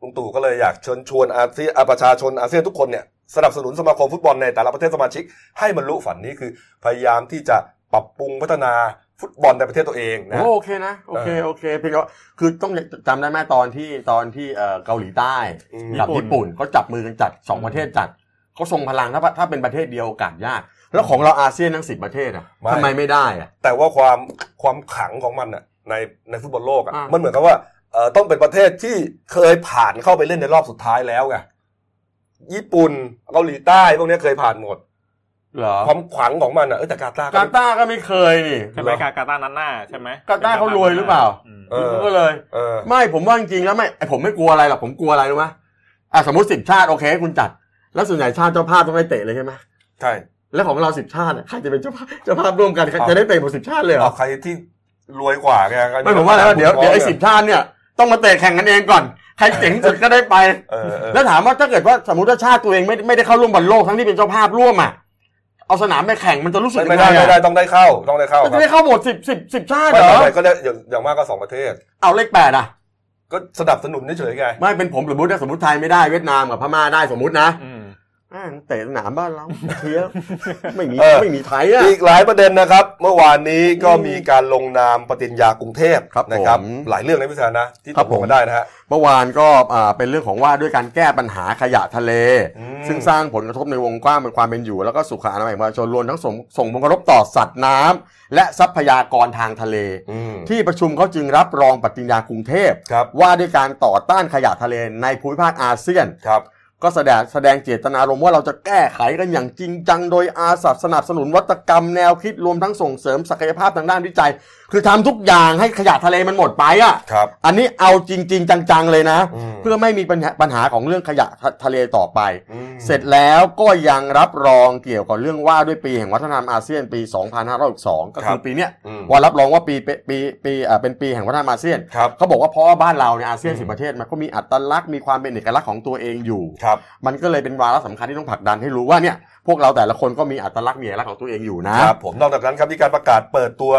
ลุงตู่ก็เลยอยากเชิญชวนอาเซียอ่าประชาชนอาเซียนทุกคนเนี่ยสนับสนุนสมาคมฟุตบอลในแต่ละประเทศสมาชิก ให้บรรลุฝันนี้คือ พยายามที่จะปรับปรุงพัฒนาฟุตบอลในประเทศตัวเองนะ
โอ้โอเคนะ โอเค
เออ
โอเคเพียงแต่ว่าคือต้องจำได้ไหมตอนที่ตอนที่เอ่อเกาหลีใต้
อืม
กับ
ญี่
ญี่
ปุ่
ปุ่น
น
เขาจับมือกันจัดสองประเทศจัดเขาทรงพลังถ้าถ้าเป็นประเทศเดียวโอกาสยาก แล้วของเราอาเซียนทั้งสิบประเทศอ่ะ
ไม่
ทำไมไม่ได้อ่ะ
แต่ว่าความความขลังของมันน่ะในในฟุตบอลโลกอ่ะ
อ่ามั
มันเหมือนกับว่าเอ่อต้องเป็นประเทศที่เคยผ่านเข้าไปเล่นในรอบสุดท้ายแล้วไงญี่ปุ่นเกาหลีใต้พวกเนี้ยเคยผ่านหมด
เหรอ
ความขลังของมันอ่ะเออแต่กาตาร์ก็
กา
ไม่
ตาร์ก็ไม่เคยนี่
ใช่ไหมกากาตาร์นันหน้าใช่ไหม
กาตาร์เขารวยหรือเปล่า
อืม
เออ
ก็เลย
เออ
ไม่ผมว่าจริงๆแล้วไม่ไอ้ผมไม่กลัวอะไรหรอกผมกลัวอะไรรู้ไหมอ่ะสมมติสิบชาติโอเคให้คุณจัด แล้วส่วนใหญ่ชาติเจ้าภาพต้องได้เตะเลยใช่ไหม
ใช่
แล้วของเราสิบชาติอะใครจะเป็นเจ้าภาพเจ้าภาพร่วมกันใครจะได้เตะหมดสิบชาติเลยเหรอ
เอาใครที่รวยกว่าไง
ไม่ผมว่าแล้วเดี๋ยวเดี๋ยวไอ้สิบชาติเนี่ยต้องมาเตะแข่งกันเองก่อน ใครเจ๋งสุดก็ได้ ไป
เออเออ
แล้วถามว่าถ้าเกิดว่าสมมติว่าชาติตัวเองไม่ไม่ได้เข้าร่วมบอลโลกทั้งที่เป็นเจ้าภาพร่วมอ่ะเอาสนามไปแข่งมันจะรู้สึกยัง
ไม่
ไง
ได้ไม่ได้
อะ
ต้องได้เข้าต้องได้เข้า
มัน
ครั
จะ
บ
ได้เข้าหมดสิบสิบสิบชาติ
ไม่
เหรอ
ต่อไปก็ได้อย่างอย่างมากก็สองประเทศ
เอาเลขแปดอ่ะ
ก็สนับสนุนเฉยๆไง
ไม่เป็นผมสมมติถ้าสมมติไทยไม่ได้เวียดนามกับพม่าได้สมมตินะ
อืม
อ่างเตะสนามบ้านเราเทียบไม่มี
เออ
ไม่มีไทยอ่ะ
อีกหลายประเด็นนะครับ เมื่อวานนี้ก็มีการลงนามปฏิญญากรุงเทพ
ครับ
นะครับ
ผม
หลายเรื่องนะพี่แทนนะที่
ค
ต
รับ
ก
ผ
ล
ม
งกันได้นะฮะ
เมื่อวานก็อ่าเป็นเรื่องของว่าด้วยการแก้ปัญหาขยะทะเล
อืม
ซึ่งสร้างผลกระทบในวงกว้างเป็นความเป็นอยู่ แล้วก็สุขอนามัยของประชาชนรวมทั้งส่งส่งผลกระทบต่อสัตว์น้ำและทรัพยากรทางทะเล
อืม
ที่ประชุมเขาจึงรับรองปฏิญญากรุงเทพ
ครับ
ว่าด้วยการต่อต้านขยะทะเลในภูมิภาคอาเซียน
ครับ
ก็แสดงแสดงเจตนารมณ์ว่าเราจะแก้ไขกันอย่างจริงจังโดยอาสาสนับสนุนวัตกรรมแนวคิดรวมทั้งส่งเสริมศักยภาพทางด้านวิจัย คือทำทุกอย่างให้ขยะทะเลมันหมดไปอ่ะ
ครับ
อันนี้เอาจริง ๆ จัง ๆ เลยนะ
อืม
เพื่อไม่มีปัญหาปัญหาของเรื่องขยะทะทะเลต่อไป
อืม
เสร็จแล้วก็ยังรับรองเกี่ยวกับเรื่องว่าด้วยปีแห่งวัฒนธรรมอาเซียนปี 2562ก็คือปีเนี้ย
อืม
ว่ารับรองว่าปีเปปีปีเอ่อเป็นปีแห่งวัฒนธรรมอาเซียน
ครับ
เขาบอกว่าเพราะว่าบ้านเราเนี่ยอาเซียน
อืม
สิบประเทศมันก็มีอัตลักษณ์มีความเป็นเอกลักษณ์ของตัวเองอยู่
ค ครับ
มันก็เลยเป็นวาระสำคัญที่ต้องผลักดันให้รู้ว่าเนี่ยพวกเราแต่ละคนก็มีอัตลักษณ์มีเอกลักษณ์ของตัวเองอยู่นะ
ครับผมนอกจากนั้นครับมีการประกาศเปิดตัว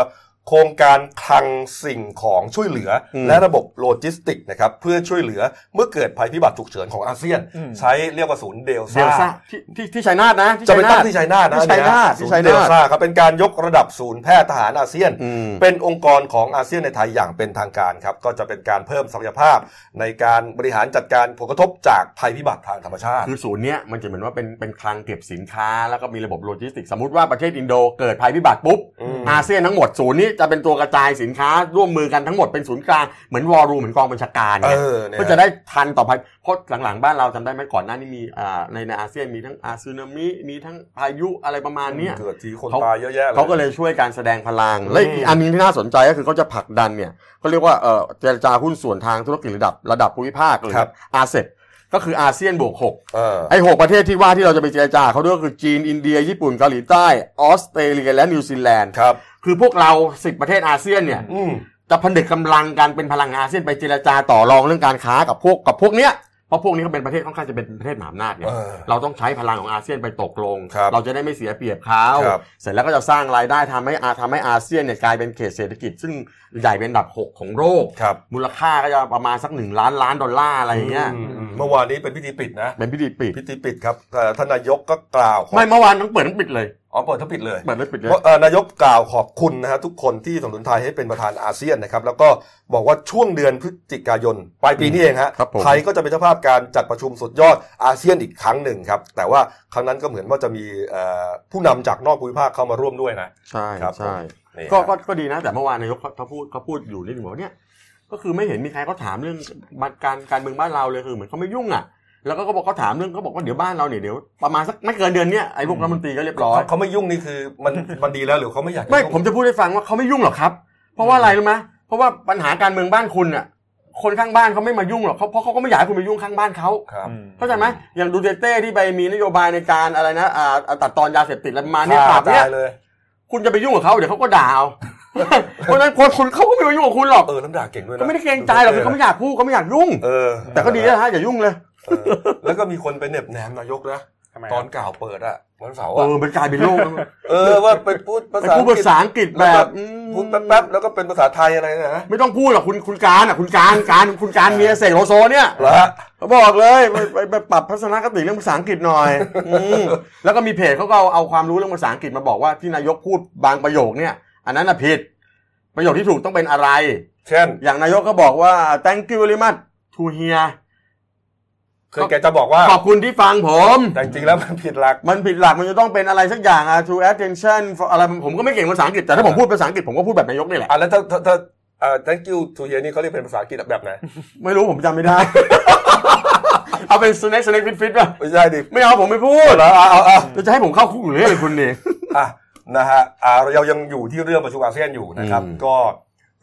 โครงการคลังสิ่งของช่วยเหลือ
อืม
และระบบโลจิสติกส์นะครับเพื่อช่วยเหลือเมื่อเกิดภัยพิบัติฉุกเฉินของอาเซียน
อืม
ใช้เรียกว่าศูนย์เดล
เดลซ่า
ซ่า
ที่ที่ที่ชัยนาทนะ
จะไปตั้ง
ท
ที่ชัยนาทนะ
ที่ชัยนาท
อันเนี้ย
ที่ชัย
ศูนย์
นาท
เดลซ่าครับเป็นการยกระดับศูนย์แพทย์ทหารอาเซียน
อืม
เป็นองค์กรของอาเซียนในไทยอย่างเป็นทางการครับ ก็จะเป็นการเพิ่มศักยภาพ ในการบริหารจัดการผลกระทบจากภัยพิบัติทางธรรมชาติ
คือศูนย์เนี้ยมันจะเหมือนว่าเป็นเป็นคลังเก็บสินค้าแล้วก็มีระบบโลจิสติกส์สมมติว่าประเทศอินโดเกิดภัยพิบัติปุ๊บ
อืม
อาเซียนทั้งหมดศูนย์นี้จะเป็นตัวกระจายสินค้าร่วมมือกันทั้งหมดเป็นศูนย์กลางเหมือนวอรูเหมือนกองบัญชาการ
เอ
เนี่ย
อเนี่ย
ก็จะได้ทันต่อภัยเพราะหลังๆบ้านเราจำได้ไหมก่อนหน้านี้มีอ่าในในอาเซียนมีทั้งอาซึนามิมีทั้งพายุอะไรประมาณเนี้ย
เกิดทีคน
เขา
ตายเยอะแยะเลย
เขาก็เลยช่วยการแสดงพลัง และอี
อื
ก
ม
อันหนึงที่น่าสนใจก็คือเขาจะผลักดันเนี่ยเขาเรียกว่าเอ่อเจรจาหุ้นส่วนทางธุรกิจระดับระดับภูมิภาคหรืออาเซบก็คืออาเซียนบวกหก
เออ
ไอ้หกประเทศที่ว่าที่เราจะไปเจรจาเขาด้วยก็คือจีน อินเดีย ญี่ปุ่น เกาหลีใต้ ออสเตรเลีย และนิวซีแลนด์
ครับ
คือพวกเราสิบประเทศอาเซียนเนี่ย
อืม
จะผนึกกำลังกันเป็นพลังงานอาเซียนไปเจรจาต่อรองเรื่องการค้ากับพวกกับพวกเนี้ยเพราะพวกนี้เขาเป็นประเทศค่อนข้างจะเป็นประเทศมหาอำนาจเนี่ย
เออ
เราต้องใช้พลังของอาเซียนไปตกลง
ครับ
เราจะได้ไม่เสียเปรียบเขา
ครับ
เสร็จแล้วก็จะสร้างรายได้ทำให้อาทำให้อาเซียนเนี่ยกลายเป็นเขตเศรษฐกิจ ซึ่งใหญ่เป็นอันดับหกของโลก
ครับ
มูลค่าก็จะประมาณสักหนึ่งล้านล้านดอลลาร์อะไรอย่างเงี้ย
อืมอืมเมื่อวานนี้เป็นพิธีปิดนะ
เป็นพิธีปิด
พิธีปิดครับเอ่อท่านนายกก็กล่าวขอบ
ไม่เมื่อวานทั้งเปิดทั้งปิดเลย
อ๋อเปิดทั้งปิดเลย
เปิดแล้วปิดเลย
เพราะเอ่อนายกกล่าวขอบคุณนะฮะทุกคนที่สนับสนุนไทยให้เป็นประธานอาเซียนนะครับ แล้วก็บอกว่าช่วงเดือนพฤศจิกายนปลายปีนี้เองฮะ
ครับผม
ไทยก็จะเป็นเจ้าภาพการจัดประชุมสุดยอดอาเซียนอีกครั้งหนึ่งครับ แต่ว่าครั้งนั้นก็เหมือนว่าจะมีเอ่อผู้นำจากนอกภูมิภาคเข้ามาร่วมด้วยนะ
ใช่
ครับ
ใช่
นี่
ก็
ฮะ
ก็ก็ดีนะแต่เมื่อวานนายกเขาเขาพูดเขาพูดอยู่นิดนึงบอกว่าเนี่ยก็คือไม่เห็นมีใครเขาถามเรื่องบ้านการการเมืองบ้านเราเลยคือเหมือนเขาไม่ยุ่งอ่ะ แล้วก็เขาบอกเขาถามเรื่องเขาบอกว่าเดี๋ยวบ้านเราเนี่ยเดี๋ยวประมาณสักไม่เกินเดือนเนี้ยไอ้พวกรัฐมนตรีก็เรียบร้อย
เขาเขาไม่ยุ่งนี่คือมันมันดีแล้วหรือเขาไม่อยากจะ
ไม่
ยุ่ง
ผมจะพูดให้ฟังว่าเขาไม่ยุ่งหรอกครับ เพราะว่าอะไรรู้ไหมเพราะว่าปัญหาการเมืองบ้านคุณอ่ะคนข้างบ้านเขาไม่มายุ่งหรอกเขาเพราะเขาก็ไม่อยากให้คุณไปยุ่งข้างบ้านเขา
ครับ
เข้าใจไหมอย่างดูเตเต้ที่ไปมีนโยบายในการอะไรนะอ่าตัดตอนยาเสพติดอะไรประมาณเนี้ยปราบเนี่ย
ตายเลย
คุณจะไปยุ่งกับเขาเดี๋ยวเขาก็ด่าเอา เพราะฉะนั้นคนคนเขาก็ไม่ไปยุ่งกับคุณหรอก
เออน้ำด่าเก่งด้วยนะ
เขาไม่ได้เกรงใจหรอกคือเขาไม่อยากพูดเขาไม่อยากยุ่ง
เออ
แต่ก็ดีนะฮะอย่ายุ่งเลย
เออแล้วก็มีคนไปเหน็บแนมนายกนะ
ทำไม
ตอนกล่าวเปิดอะวันเสาร์
เอ
อะ
อมันกลายเป็นโล ก
เออว่าไปพูดภา
ไป
ษา
พูดภาษาอังกฤษแบบอืม
พูดแป๊บๆแล้วก็เป็นภาษาไทยอะไรนะฮะ
ไม่ต้องพูดหรอกคุณคุณการอ่ะคุณการการคุณการเมียเสกโลโซเนี่ย
เหรอฮะ
เขาบอกเลยไปไปไปปรับทัศนคติเรื่องภาษาอังกฤษหน่อยอืมแล้วก็มีเพจเขาก็เอาเอาความรู้เรื่องภาษาอังกฤษมาบอกว่าที่นายกพูดบางประโยคเนี่ย อันนั้นน่ะผิด ประโยคที่ถูกต้องเป็นอะไร
เช่น
อย่างนายกก็บอกว่า thank you very much to hear
คือแกจะบอกว่า
ขอบคุณที่ฟังผม
แต่จริงๆแล้วมันผิดหลัก
มันผิดหลักมันจะต้องเป็นอะไรสักอย่างอะ to attention for อะไรผมก็ไม่เก่งภาษาอังกฤษ แต่ถ้าผมพูดภาษาอังกฤษผมก็พูดแบบนายกนี่แหละ
อ่ะแล้วถ้าถ้าถ้าเอ่อ thank you to you นี่เขาเรียกเป็นภาษาอังกฤษแบบไหน
ไม่รู้ผมจำไม่ได้ เอาเป็น snake snake fit fit ป่ะ
ไม่ใช่ดิ
ไม่เอาผมไม่พูด
แล้วเอาเอาเอา
แล้วจะให้ผมเข้าคุกหรืออะไรคุณนี่
อ่ะนะฮะอ่าเรายังอยู่ที่เรื่องประชุมอาเซียนอยู่นะครับ
อืม
ก็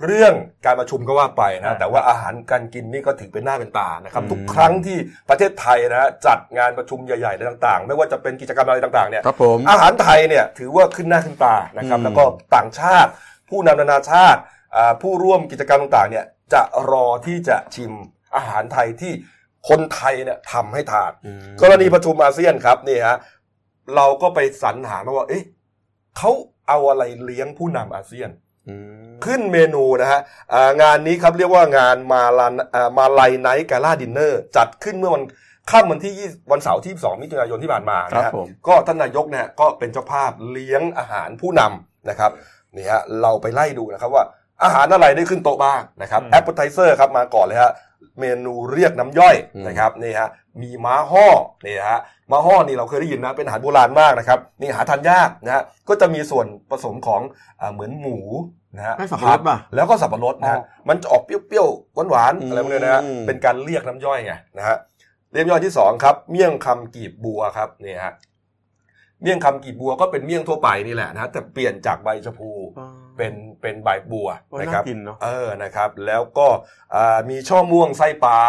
เรื่องการประชุมก็ว่าไปนะ
อ่า
แต่ว่าอาหารการกินนี่ก็ถือเป็นหน้าเป็นตานะครับ
อืม
ทุกครั้งที่ประเทศไทยนะฮะจัดงานประชุมใหญ่ๆอะไรต่างๆ ไม่ว่าจะเป็นกิจกรรมอะไรต่างๆเนี่ย
ครับผม
อาหารไทยเนี่ยถือว่าขึ้นหน้าขึ้นตานะครับ
อืม
แล้วก็ต่างชาติ ผู้นำนานาชาติอ่าผู้ร่วมกิจกรรมต่างๆเนี่ยจะรอที่จะชิมอาหารไทยที่คนไทยเนี่ยทำให้ทาน กรณีประชุมอาเซียนครับนี่ฮะเราก็ไปสรรหามาว่า เอ๊ะเขาเอาอะไรเลี้ยงผู้นำอาเซียน
อืม
ขึ้นเมนูนะฮะอ่างานนี้ครับเรียกว่างานมาลันอ่ามาลัยไนท์กาล่าดินเนอร์จัดขึ้นเมื่อวันค่ำวันที่ 20 วันเสาร์ที่ 2 มิถุนายนที่ผ่านมา
ครั
นะ
บ
ฮะ
ผม
ก็ท่านนายกเนี่ยก็เป็นเจ้าภาพเลี้ยงอาหารผู้นำนะครับนี่ฮะเราไปไล่ดูนะครับว่าอาหารอะไรได้ขึ้นโต๊ะบ้างนะครับ
อืม
แอปเปอร์ไทเซอร์ครับมาก่อนเลยฮะเมนูเรียกน้ำย่อย
อืม
นะครับนี่ฮะมีม้าห้อนี่ฮะม้าห้อนี่เราเคยได้ยินนะเป็นอาหารโบราณมากนะครับนี่หาทานยากนะฮะก็จะมีส่วนผสมของอ่าเหมือนหมูนะฮะ
ให้สัมภาษณ์ป่ะ
แล้วก็สับปะรดนะฮะ
อ๋อ
มันจะออกเปรี้ยวๆหวานๆอะไรพวกเนี้ยนะฮะ
อืม
เป็นการเรียกน้ำย่อยไงนะฮะเรียกน้ำย่อยที่สองครับ เมี่ยงคำกีบบัวครับนี่ฮะเมี่ยงคำกีบบัวก็เป็นเมี่ยงทั่วไปนี่แหละนะฮะแต่เปลี่ยนจากใบชะพูเป็นเป็นใบบัว
โอ้ย
นะค
น่า
รับ
กินเนาะ
เออนะครับ แล้วก็อ่ามีช่อม่วงไส้ปลา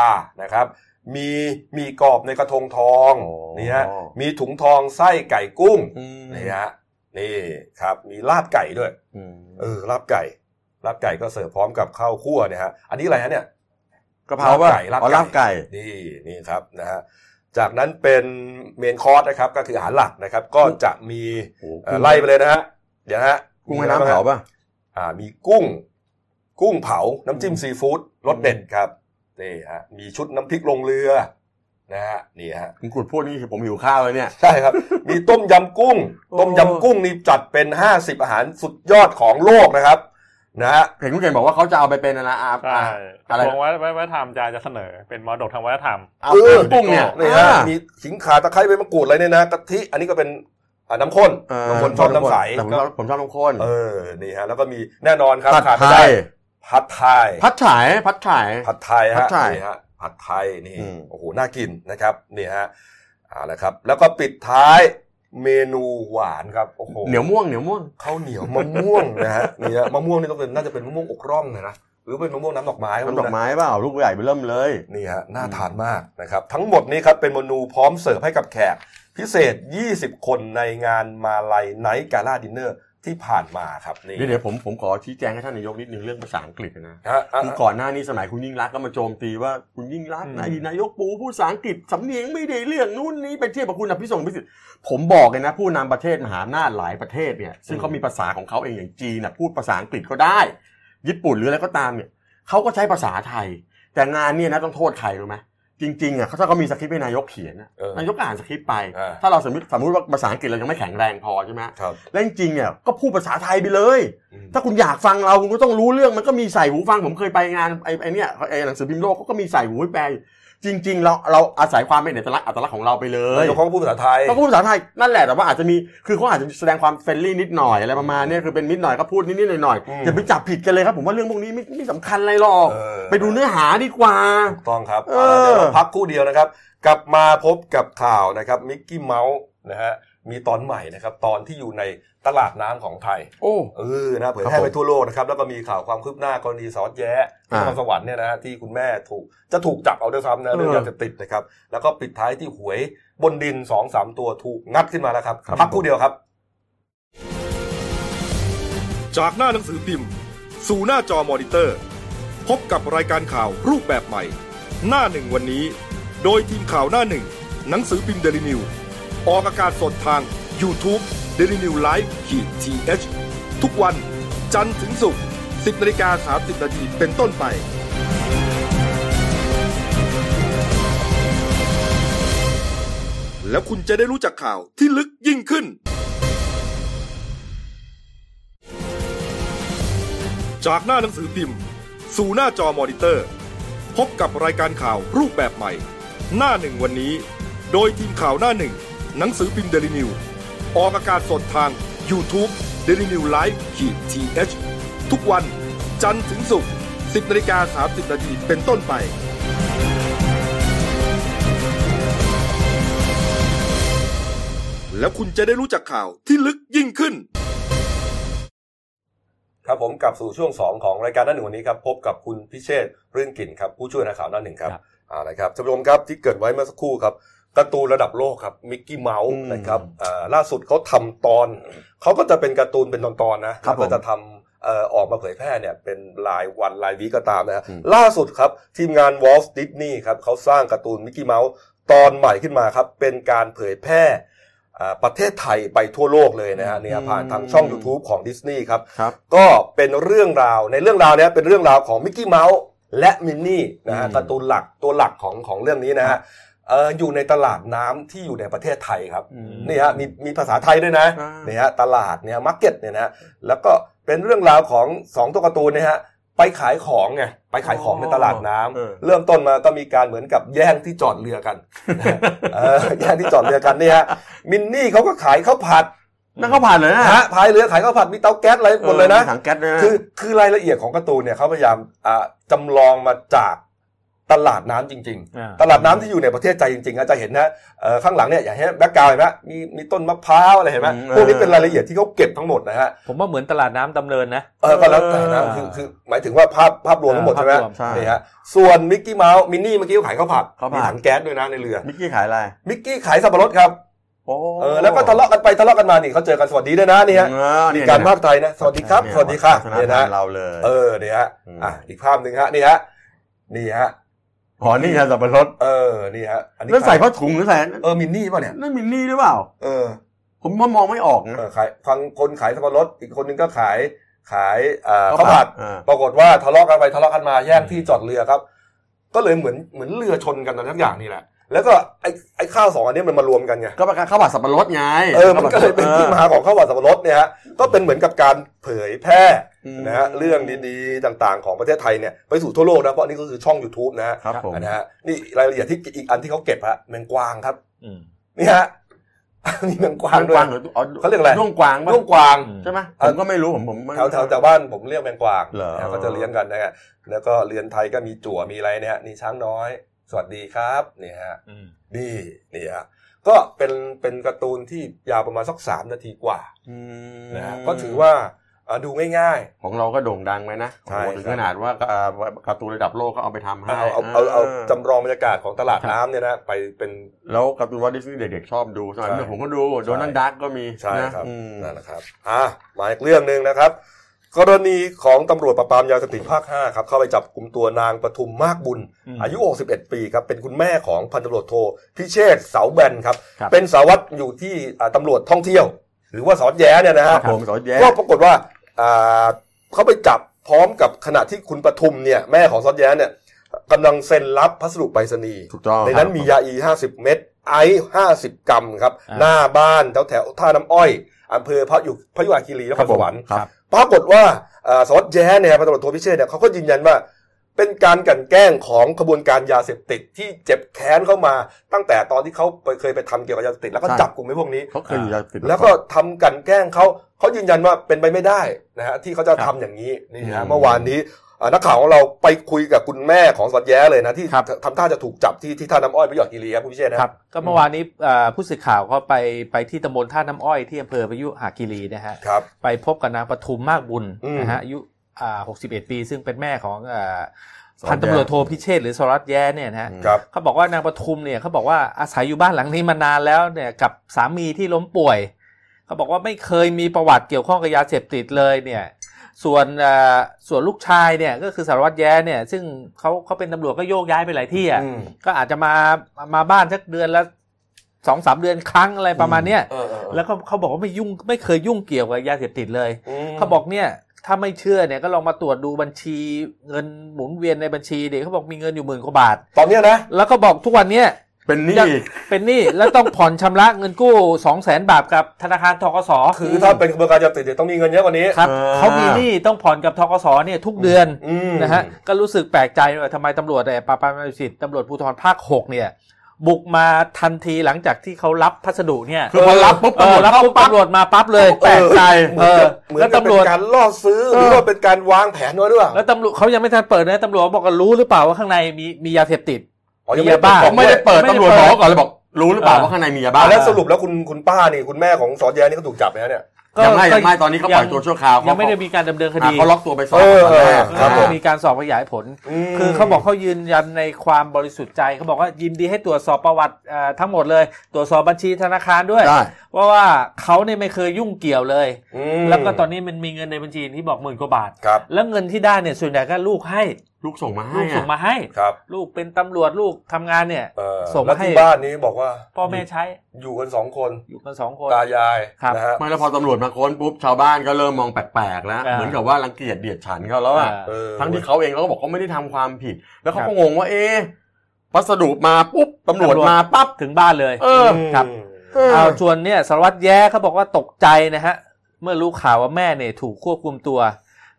นะครับ มีมีกรอบในกระทงทอง
อ๋อ
นี่ฮะมีถุงทองไส้ไก่กุ้ง
อืม
นี่ฮะนี่ครับ มีลาบไก่ด้วย
อืม
เออลาบไก่ลาบไก่ก็เสิร์ฟพร้อมกับข้าวคั่วเนี่ยฮะอันนี้อะไรฮะเนี่ย
กะเพราป่ะ
ลาบไก่ลาบไก่
อ๋อลาบไก่
นี่นี่ครับนะฮะ จากนั้นเป็นเมนคอร์สนะครับ ก็คืออาหารหลักนะครับ ก็จะมี
โอ้
เอ่อไล่ไปเลยนะฮะเดี๋ยวนะฮะ
กุ้งแม่น้ำเผาป่ะ
อ่ามีกุ้ง กุ้งเผา น้ำจิ้มซีฟู้ดรสเด็ดครับนี่ฮะมีชุดน้ำพริกลงเรือนะฮะนี่ฮะ
ผมกรูดพวกนี้ผมหิวข้าวเลยเนี่ย
ใช่ครับ มีต้มยำกุ้ง
โอ้
ต้มยำกุ้งนี่จัดเป็น 50 อาหารสุดยอดของโลกนะครับ นะฮะ
เห็นคุณเก่งบอกว่าเขาจะเอาไปเป็นอะไรอา
ใช่
อะไร
กระทรวงวัฒนวัฒนธรรมจะจะเสนอเป็นมรดกทางวัฒนธรรม
เอา
เออ
กุ้งเนี่ย
นี่ฮะ
อ่า
มีขิงขาตะไคร้ใบมะกรูดอะไรเนี่ยนะกะทิอันนี้ก็เป็นอ่าน้ำข้น
เ
บางคนชอบน้ำใส
แต่ผมชอบผมชอบน้ำข้น
เออ นี่ฮะ แล้วก็มีแน่นอนครับ
ผัด
ขาด
ไท
ไม่ได้
ย
ผัดไทย
ผัดฉายผัดฉาย
ผัดไทย
ผั
ฮะ
ดไทย
นี่ฮะผัดไทยนี่
อืม
โอ้โหน่ากินนะครับนี่ฮะเอาละครับ แล้วก็ปิดท้ายเมนูหวานครับโอ้โห
เหนียวม่วงเหนียวม่วง
ข้าวเหนียวมะม่วงนะฮะนี่ฮะมะม่วงนี่ต้องเป็นน่าจะเป็นมะม่วงอกร่องเลยนะหรือเป็นมะม่วงน้ำดอกไม้
น้ำดอก
รู้ะ
ไม้เปล่าลูกใหญ่ไปเริ่มเลย
นี่ฮะน่าทานมากนะครับ ทั้งหมดนี้ครับเป็นเมนูพร้อมเสิร์ฟให้กับแขก พิเศษ 20 คนในงานมาลัยไนท์กาล่าดินเนอร์ที่ผ่านมาครับนี่
เดี๋ยวผมผมขอชี้แจงให้ท่านนายกนิดนึงเรื่องภาษาอังกฤษนะ
ฮะอ่ะ
คือก่อนหน้านี้สมัยคุณยิ่งรักษณ์ก็มาโจมตีว่าคุณยิ่งรักษณ์
อืม
นายนายกปูพูดภาษาอังกฤษสำเนียงไม่ได้เรื่องนู่นนี่ไปเทียบกับคุณอภิสงพิสิทธิ์ผมบอกเลยนะ ผู้นำประเทศมหาอำนาจหลายประเทศเนี่ยซึ่งเขามีภาษาของเขาเองอย่างจีนนะพูดภาษาอังกฤษก็ได้ ญี่ปุ่นหรืออะไรก็ตามเนี่ยเขาก็ใช้ภาษาไทย แต่งานเนี่ยนะต้องโทษใครรู้ไหมจริงๆอ่ะเขาถ้าเขามีสคริปต์ให้นายกเขียนอะ
เออ
นายกก็อ่านสคริปต์ไป
เออ
ถ้าเราสมมติสมมติว่าภาษาอังกฤษเรายังไม่แข็งแรงพอใช่ไหม
ครับ
และจริงๆเนี่ยก็พูดภาษาไทยไปเลย
อืม
ถ้าคุณอยากฟังเราคุณก็ต้องรู้เรื่องมันก็มีใส่หูฟังผมเคยไปงานไอ้ไอ้เนี่ยไอ้หนังสือพิมพ์โลกเขาก็มีใส่หูให้แปลจริง ๆ เราเราอาศัยความเป็นเอกลักษณ์อัตลักษณ์ของเราไปเลย
นายกเขาก็พูดภาษาไทย
เขาก็พูดภาษาไทยนั่นแหละแต่ว่าอาจจะมีคือเขาอาจจะแสดงความเฟรนลี่นิดหน่อยอะไรประมาณเนี้คือเป็นนิดหน่อยก็พูดนิดๆหน่อย
อืม
ๆอย่าไปจับผิดกันเลยครับผมว่าเรื่องพวกนี้ไม่ไม่สำคัญอะไรหรอก
เออ
ไปดูเนื้อหาดีกว่า
ถูกต้องครับ
เออ
เอาละเดี๋ยวเราพักครู่เดียวนะครับ กลับมาพบกับข่าวนะครับมิกกี้เมาส์นะฮะมีตอนใหม่นะครับตอนที่อยู่ในตลาดน้ำของไทย
โอ้
เออนะเผย
ครับ
แพร่ไป
ผม
ทั่วโลกนะครับ แล้วก็มีข่าวความคืบหน้ากรณีสอดแย้ที่
อ่าน
ครสวรรค์เนี่ยนะฮะที่คุณแม่ถูกจะถูกจับเอาด้วยซ้ำนะเรื่อ
เออย
งาเสพติดนะครับ แล้วก็ปิดท้ายที่หวยบนดินสองสามตัวถูกงัดขึ้นมาแล้วครับ
ครับ
พักครู่เดียวครับ
จากหน้าหนังสือพิมพ์ สู่หน้าจอมอนิเตอร์ พบกับรายการข่าวรูปแบบใหม่ หน้าหนึ่งวันนี้ โดยทีมข่าวหน้าหนึ่ง หนังสือพิมพ์เดลิวิวออกอากาศสดทาง y o u t u เด d ิวิวไลฟ์ขีดทีเทุกวัน จันทร์ถึงศุกร์10นาฬิกา30นาทีเป็นต้นไป แล้วคุณจะได้รู้จักข่าวที่ลึกยิ่งขึ้น จากหน้าหนังสือพิมพ์ สู่หน้าจอมอนิเตอร์ พบกับรายการข่าวรูปแบบใหม่ หน้าหนึ่งวันนี้ โดยทีมข่าวหน้าหนึ่ง หนังสือพิมพ์เดลิวิวออกอากาศสดทาง y o u t u เด d ิวิวไลฟ์ขีดทีเทุกวัน จันทร์ถึงศุกร์10นาฬิกา30นาทีเป็นต้นไป แล้วคุณจะได้รู้จักข่าวที่ลึกยิ่งขึ้น
ครับผมกลับสู่ช่วง 2 ของรายการหน้าหนึ่งวันนี้ครับ พบกับคุณพิเชษฐ์เรื่องกลิ่นครับ ผู้ช่วยนักข่าวหน้าหนึ่งครับ
ครับ
เอาละครับท่านผู้ชมครับที่เกริดไว้เมื่อสักครู่ครับการ์ตูนระดับโลกครับมิกกี้เมาส์
อืม
นะครับอ่าล่าสุดเขาทำตอน เขาก็จะเป็นการ์ตูนเป็นตอนๆนะครับ
ผม
แล้วก็จะทำเอ่อออกมาเผยแพร่เนี่ยเป็นรายวันรายวีคก็ตามนะฮะ
อืม
ล่าสุดครับทีมงานวอล t ์ดิสนีย์ครับเขาสร้างการ์ตูนมิกกี้เมาส์ตอนใหม่ขึ้นมาครับเป็นการเผยแพร่อ่าประเทศไทยไปทั่วโลกเลยนะฮะเนี่ยผ่านทางช่อง YouTube ของดิสนีย์ครับ
ครับ
ก็เป็นเรื่องราวในเรื่องราวเนี้ยเป็นเรื่องราวของมิกกี้เมาส์และมินนี่นะฮะ
อืม
การ์ตูนหลักตัวหลักของของเรื่องนี้นะฮะเอ่ออยู่ในตลาดน้ำที่อยู่ในประเทศไทยครับ
อืม
นี่ฮะมีมีภาษาไทยด้วยนะ
อ่า
เนี่ยฮะตลาดเนี่ยมาร์เก็ตเนี่ยนะฮะแล้วก็เป็นเรื่องราวของสองตัวการ์ตูนเนี่ยฮะไปขายของไงไปขายของ
อ๋อ
ในตลาดน้ำ
เออ
เริ่มต้นมาก็มีการเหมือนกับแย่งที่จอดเรือกัน นะฮะเออแย่งที่จอดเรือกันเนี่ยฮะมินนี่เขาก็ขายข้าวผัด
นั่นเขาผ่านเลยนะ
นะฮะพายเรือขายข้าวผัดมีเตาแก๊สอะไรหมดเลยนะ
ออถังแก๊สด้วยนะ
คือคือรายละเอียดของการ์ตูนเนี่ยเขาพยายามอ่าจำลองมาจากตลาดน้ำจริง
อ่า
ๆ ตลาดน้ำที่อยู่ในประเทศใจจริงๆอาจจะเห็นนะเอ่อข้างหลังเนี่ยอย่างเห็นแบ็กกราวด์เห็นไหมมีมีต้นมะพร้าวอะไรเห็นไหม
อืม
พวกนี้เป็นรายละเอียดที่เขาเก็บทั้งหมดนะฮะ
ผมว่าเหมือนตลาดน้ำดำเนินนะ
เออก็แล้วแต่นะคือคือหมายถึงว่าภาพภาพรวมทั้งหมดใช่ไหม
ภาพรวม
ใช่
นี่ฮะส่วนมิกกี้เมาส์มินนี่เมื่อกี้เขาขายข้าวผัด
ข้าวผัด
มีถังแก๊สด้วยนะในเรือ
มิกกี้ขายอะไร
มิกกี้ขายสับปะรดครับ
โอ้
เออแล้วก็ทะเลาะกันไปทะเลาะกันมานี่เขาเจอกันสวัสดีด้วยนะนี่ฮะ
เออ
มี
เนี่ย
การภาคไทยนะสวัสดีครับสวัสดีค่ะ
วัฒน
เนี่ย
ธรร
นะ
มเราเลย
เออเนี่ยฮะ
อืม
อ่ะอีกภาพหนึ่งฮะนี่ฮะนี่ฮะ
อ๋อนี่ยาสับปะรด
เออนี่ฮะอันนี้
แล้วใส่
ขา
ผ้าถุงหรือใส่
ยเออมินนี่ป่ะเนี่ย
นั่นมินนี่หรือเปล่า
เออ
ผมว่ามองไม่ออกนะ
เออขายฟังคนขายสับปะรดอีกคนนึงก็ขายขายเอ่อ
ข้าว
ข้าวผัด
อ่า
ปรากฏว่าทะเลาะกันไปทะเลาะกันมาแย่งที่จอดเรือครับ ก็เลยเหมือนเหมือนเรือชนกันอะไรทั้งอย่างนี่แหละ แล้วก็ไอ้ไอ้ข้าวสองอันเนี้ยมันมารวมกันไง
ก็ประกันข้าวผัดสับปะรดไง
เออ มันก็เลยเป็นที่มาของข้าวหวานสับปะรดเนี่ยฮะ ก็เป็นเหมือนกับการเผยแพร่
อืม
นะฮะเรื่องดีๆต่างๆของประเทศไทยเนี่ยไปสู่ทั่วโลกนะ เพราะนี่ก็คือช่อง YouTube นะฮะ
ครับผม
นะฮะนี่รายละเอียดที่อีกอันที่เขาเก็บฮะแมงกวางครับ
อืม
นี่ฮะ มีแมงกวาง
กา
ด้ว
งกวาย งหรืออ๋อ
เขาเรียกอะไร
ด้วงกวางปะ
ด้วงกวาง
ใช่ไหม
เอ
ผ
อ
มก็ไม่รู้ผมผมไม่
แถวแถวแถวบ้านผมเรียกแมงกวาง
เหรอ
นะก็จะเลี้ยงกันนะฮะแล้วก็เรือนไทยก็มีจั่วมีอะไรเนี่ยฮะนี่ช้างน้อย สวัสดีครับเนี่ยฮะ
อืม
นี่นี่ฮะก็เป็นเป็นการ์ตูนที่ยาวประมาณสักสามนาทีกว่า
อืม
นะฮะก็ถือว่าเอ่อดูง่าย
ของเราก็โด่งดังไปนะ
ใช่
โอ้โหถึง
ครับ
ขนาดว่าเอ่อการ์ตูนระดับโลกก็เอาไปทำ
ๆ
ให้
เอาเอาเอาเอาจำลองบรรยากาศของตลาดน้ำเนี่ยนะไปเป็น
แล้วการ์ตูนวอลดิสนีย์เด็กๆชอบดูสมัย
ใช่
เด็กผมก็ดูโดนั
ใช่
ลด์ดักก็มี
ใช่
นะครับ อืม
นั่นนะครับอ่ะมาอีกเรื่องหนึ่งนะครับ กรณีของตำรวจปราบปรามยาเสพติดภาค 5 ครับเข้าไปจับกลุ่มตัวนางปทุมมากบุญ
อืม
อายุ 61 ปีครับ เป็นคุณแม่ของพันตำรวจโทพิเชษฐ์เสาแบนครับ
ครับ
เป็นสารวัตรอยู่ที่อ่าตำรวจท่องเที่ยว หรือว่าสอนแย้เนี่ยนะ
ค
ฮะ
รับผมสอนแย้
ก็ปรากฏว่าอ่าเขาไปจับพร้อมกับขณะที่คุณปทุมเนี่ยแม่ของซอดแย้เนี่ยกำลังเซ็นรับพัสดุไปรษณีย์
ถูกต้อง
ในนั้นมียาอี 50 เม็ดไอซ์50 กรัมครับ
อ่า
หน้าบ้านแถวแถวท่าน้ำอ้อยอำเภอพระยุพระยุหคีรีนครสวรรค์
ครับ
ปรากฏว่าอ่าซอดแย้เนี่ยพันตำรวจโทพิเชษเนี่ยเขาก็ยืนยันว่า เป็นการกลันแกล้งของขบวนการยาเสพติดที่เจ็บแค้นเข้ามาตั้งแต่ตอนที่เขาไปเคยไปทำเกี่ยวกับยาเสพติดแล้วก็
ใช่
จับกลุ่มไอ้พวกนี้
เขาเคยอยู่ยาเสพติด
แล้วก็ทำกลันแกล้งเขาเขายืนยันว่าเป็นไปไม่ได้นะฮะที่เขาจะทำอย่างนี้นี่
อื
ฮะ
ม
เมื่อวานนี้อ่านักข่าวของเราไปคุยกับคุณแม่ของสวัสดแย้เลยนะที่
ครับ
ทำท่าจะถูกจับที่ที่ท่าน้ำอ้อยประโยชน์กิรีครับคุณพิเชษนะ
ครับก็เมื่อวานนี้เอ่อผู้สื่อข่าวก็ไปไปที่ตำบลท่าน้ำอ้อยที่อำเภอพยุหาคีรีนะฮะ
ครับ
ไปพบกับนางปทุมมากบุญ
อืม
นะฮะอายุอ่า61 ปี ซึ่งเป็นแม่ของเอ่อ
สอนแย้
พันตำรวจโทพิเชษฐ์หรือสารวัตรแย้เนี่ยนะฮะ
ครับ
เขาบอกว่านางปทุมเนี่ยเขาบอกว่าอาศัยอยู่บ้านหลังนี้มานานแล้วเนี่ยกับสามีที่ล้มป่วยเขาบอกว่าไม่เคยมีประวัติเกี่ยวข้องกับยาเสพติดเลยเนี่ยส่วนเอ่อส่วนลูกชายเนี่ยก็คือสารวัตรแย้เนี่ยซึ่งเขาเขาเป็นตำรวจก็โยกย้ายไปหลายที่อ่ะ
อืม
ก็อาจจะมามาบ้านสักเดือนละสองสามเดือนครั้งอะไรประมาณเนี้ย
เออเออเออ
แล้วก็เขาบอกว่าไม่ยุ่งไม่เคยยุ่งเกี่ยวกับยาเสพติดเลย
ม
เขาบอกเนี่ยถ้าไม่เชื่อเนี่ยก็ลองมาตรวจดูบัญชีเงินหมุนเวียนในบัญชีเด็กเขาบอกมีเงินอยู่หมื่นกว่าบาท
ตอนเนี้ยนะ
แล้วก็บอกทุกวันเนี่ย
เป็นหนี่
ยังเป็นหนี้ แล้วต้องผ่อนชำระเงินกู้สองแสนบาทกับธนาคารทกส
คือถ้าเป็นกระบวนการยาเสพติดเนี่ยต้องมีเงินเยอะกว่านี้
ครับเขามีหนี้ต้องผ่อนกับทกสเนี่ยทุกเดือน
อืม
นะฮะก็รู้สึกแปลกใจว่าทำไมตำรวจเนี่ยปราบปรามยาเสพติดตำรวจภูธรภาคหกเนี่ย บุกมาทันทีหลังจากที่เขารับพัสดุเนี่ย
คือพอรับปุ๊บ
เออรับปุ๊บตำรวจมาปั๊บเลย
แปลกใจ
เหมือนกับ
เออ
เหมือ
แล้
น
ว
กับเป็
ตำรวจ
นการล่อซื้อหรือ
เออ
ว่าเป็นการวางแผนไว้หรือเปล่า
แล้วตำรวจเขายังไม่ทันเปิดนะตำรวจบอกกันรู้หรือเปล่าว่าข้างในมีมียาเสพติด
อ๋อยังไม่ได้
มียาบ้า
เปิดกล่อ
เขา
ง
ไม่ได้เปิด
ไม่ได้
ตำรวจ
เปิ
บ
ด
อกก่อนเลยบอก รู้หรือเปล่า
เออ
ว่าข้างในมียา
อ่ะ
บ้า
แล้วสรุปแล้วคุณคุณป้านี่คุณแม่ของสอนแย้นี่ก็ถูกจับแล้วเนี่ย
ยังไม่ยังไม่ตอนนี้เขาปล่อยตัวชั่วคราวเขา
ยังไม่ได้มีการดำเนินค
อ่ะ
ดี
เขาล็อกตัวไปสอบ
เออ
วันแรก
ครั
ก็
บ
นะ
ผม
มีการสอบขยายผล
ม
คือเขาบอกเขายืนยันในความบริสุทธิ์ใจเขาบอกว่ายินดีให้ตรวจสอบประวัติเอ่อทั้งหมดเลย ตรวจสอบบัญชีธนาคารด้วย
ได้
ว่าะว่าเขาเนี่ยไม่เคยยุ่งเกี่ยวเลย
อืม
แล้วก็ตอนนี้มันมีเงินในบัญชีที่บอกหมื่นกว่าบาท
ครับ
แล้วเงินที่ได้เนี่ยส่วนใหญ่ก็ลูกให้
ลูกส่งมาให้
ลูกส่ง
อ่ะ
มาให้
ครับ
ลูกเป็นตำรวจลูกทำงานเนี่ย
เออ
ส่ง
แล้ว
ให้
ที่บ้านนี้บอกว่า
พ่อแม่ใช้
อยู่กันสองคน
อยู่กันสองคน
ตายาย
ครับ
นะฮะ
ไม่แล้วพอตำรวจมาค้นปุ๊บชาวบ้านก็เริ่มมองแปลกๆแล้ว
อ่า
เหมือนกับว่ารังเกียจเดียดฉันเขาแล้วอ่ะ
เออ
ทั้งที่เขาเองเขาก็บอกเขาไม่ได้ทำความผิด แล้วเขา
ครั
ก็
บ
งงว่าเอ๊ะพัสดุมาปุ๊บตำรวจมาปั๊บ
ถึงบ้านเลย
เออ
ม
ครับ
เออ
เอาส่วนเนี่ยสารวัตรแย้เขาบอกว่าตกใจนะฮะเมื่อรู้ข่าวว่าแม่เนี่ยถูกควบคุมตัว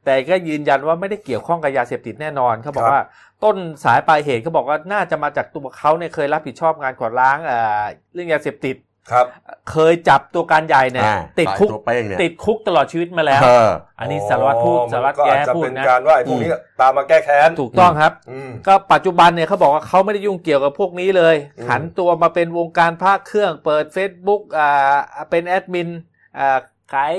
แต่ก็ยืนยันว่าไม่ได้เกี่ยวข้องกับยาเสพติดแน่นอนเขาบอกว่าต้นสายปลายเหตุเขาบอกว่าน่าจะมาจากตัวเขาเนี่ยเคยรับผิดชอบงานก่อร้างเอ่อเรื่องยาเสพติด
ครับ
เคยจับตัวการใหญ่เนี่ย
อ่า
ติดคุก
สายตัวเป้งเนี่ย
ติดคุกตลอดชีวิตมาแล้ว
เออ
อันนี้สารวัตรพูด
อ๋อ
สารวัตร
มันก็
แย้
อาจจะ
พูด
เป็น
นะ
การว่าไอ้พวกนี้ตามมาแก้แค้น
ถูกต้องครับ
อืม
ก็ปัจจุบันเนี่ยเขาบอกว่าเขาไม่ได้ยุ่งเกี่ยวกับพวกนี้เลย
อืม
หันตัวมาเป็นวงการพระเครื่องเปิด Facebook อ่าเป็นแอดมินอ่าขาย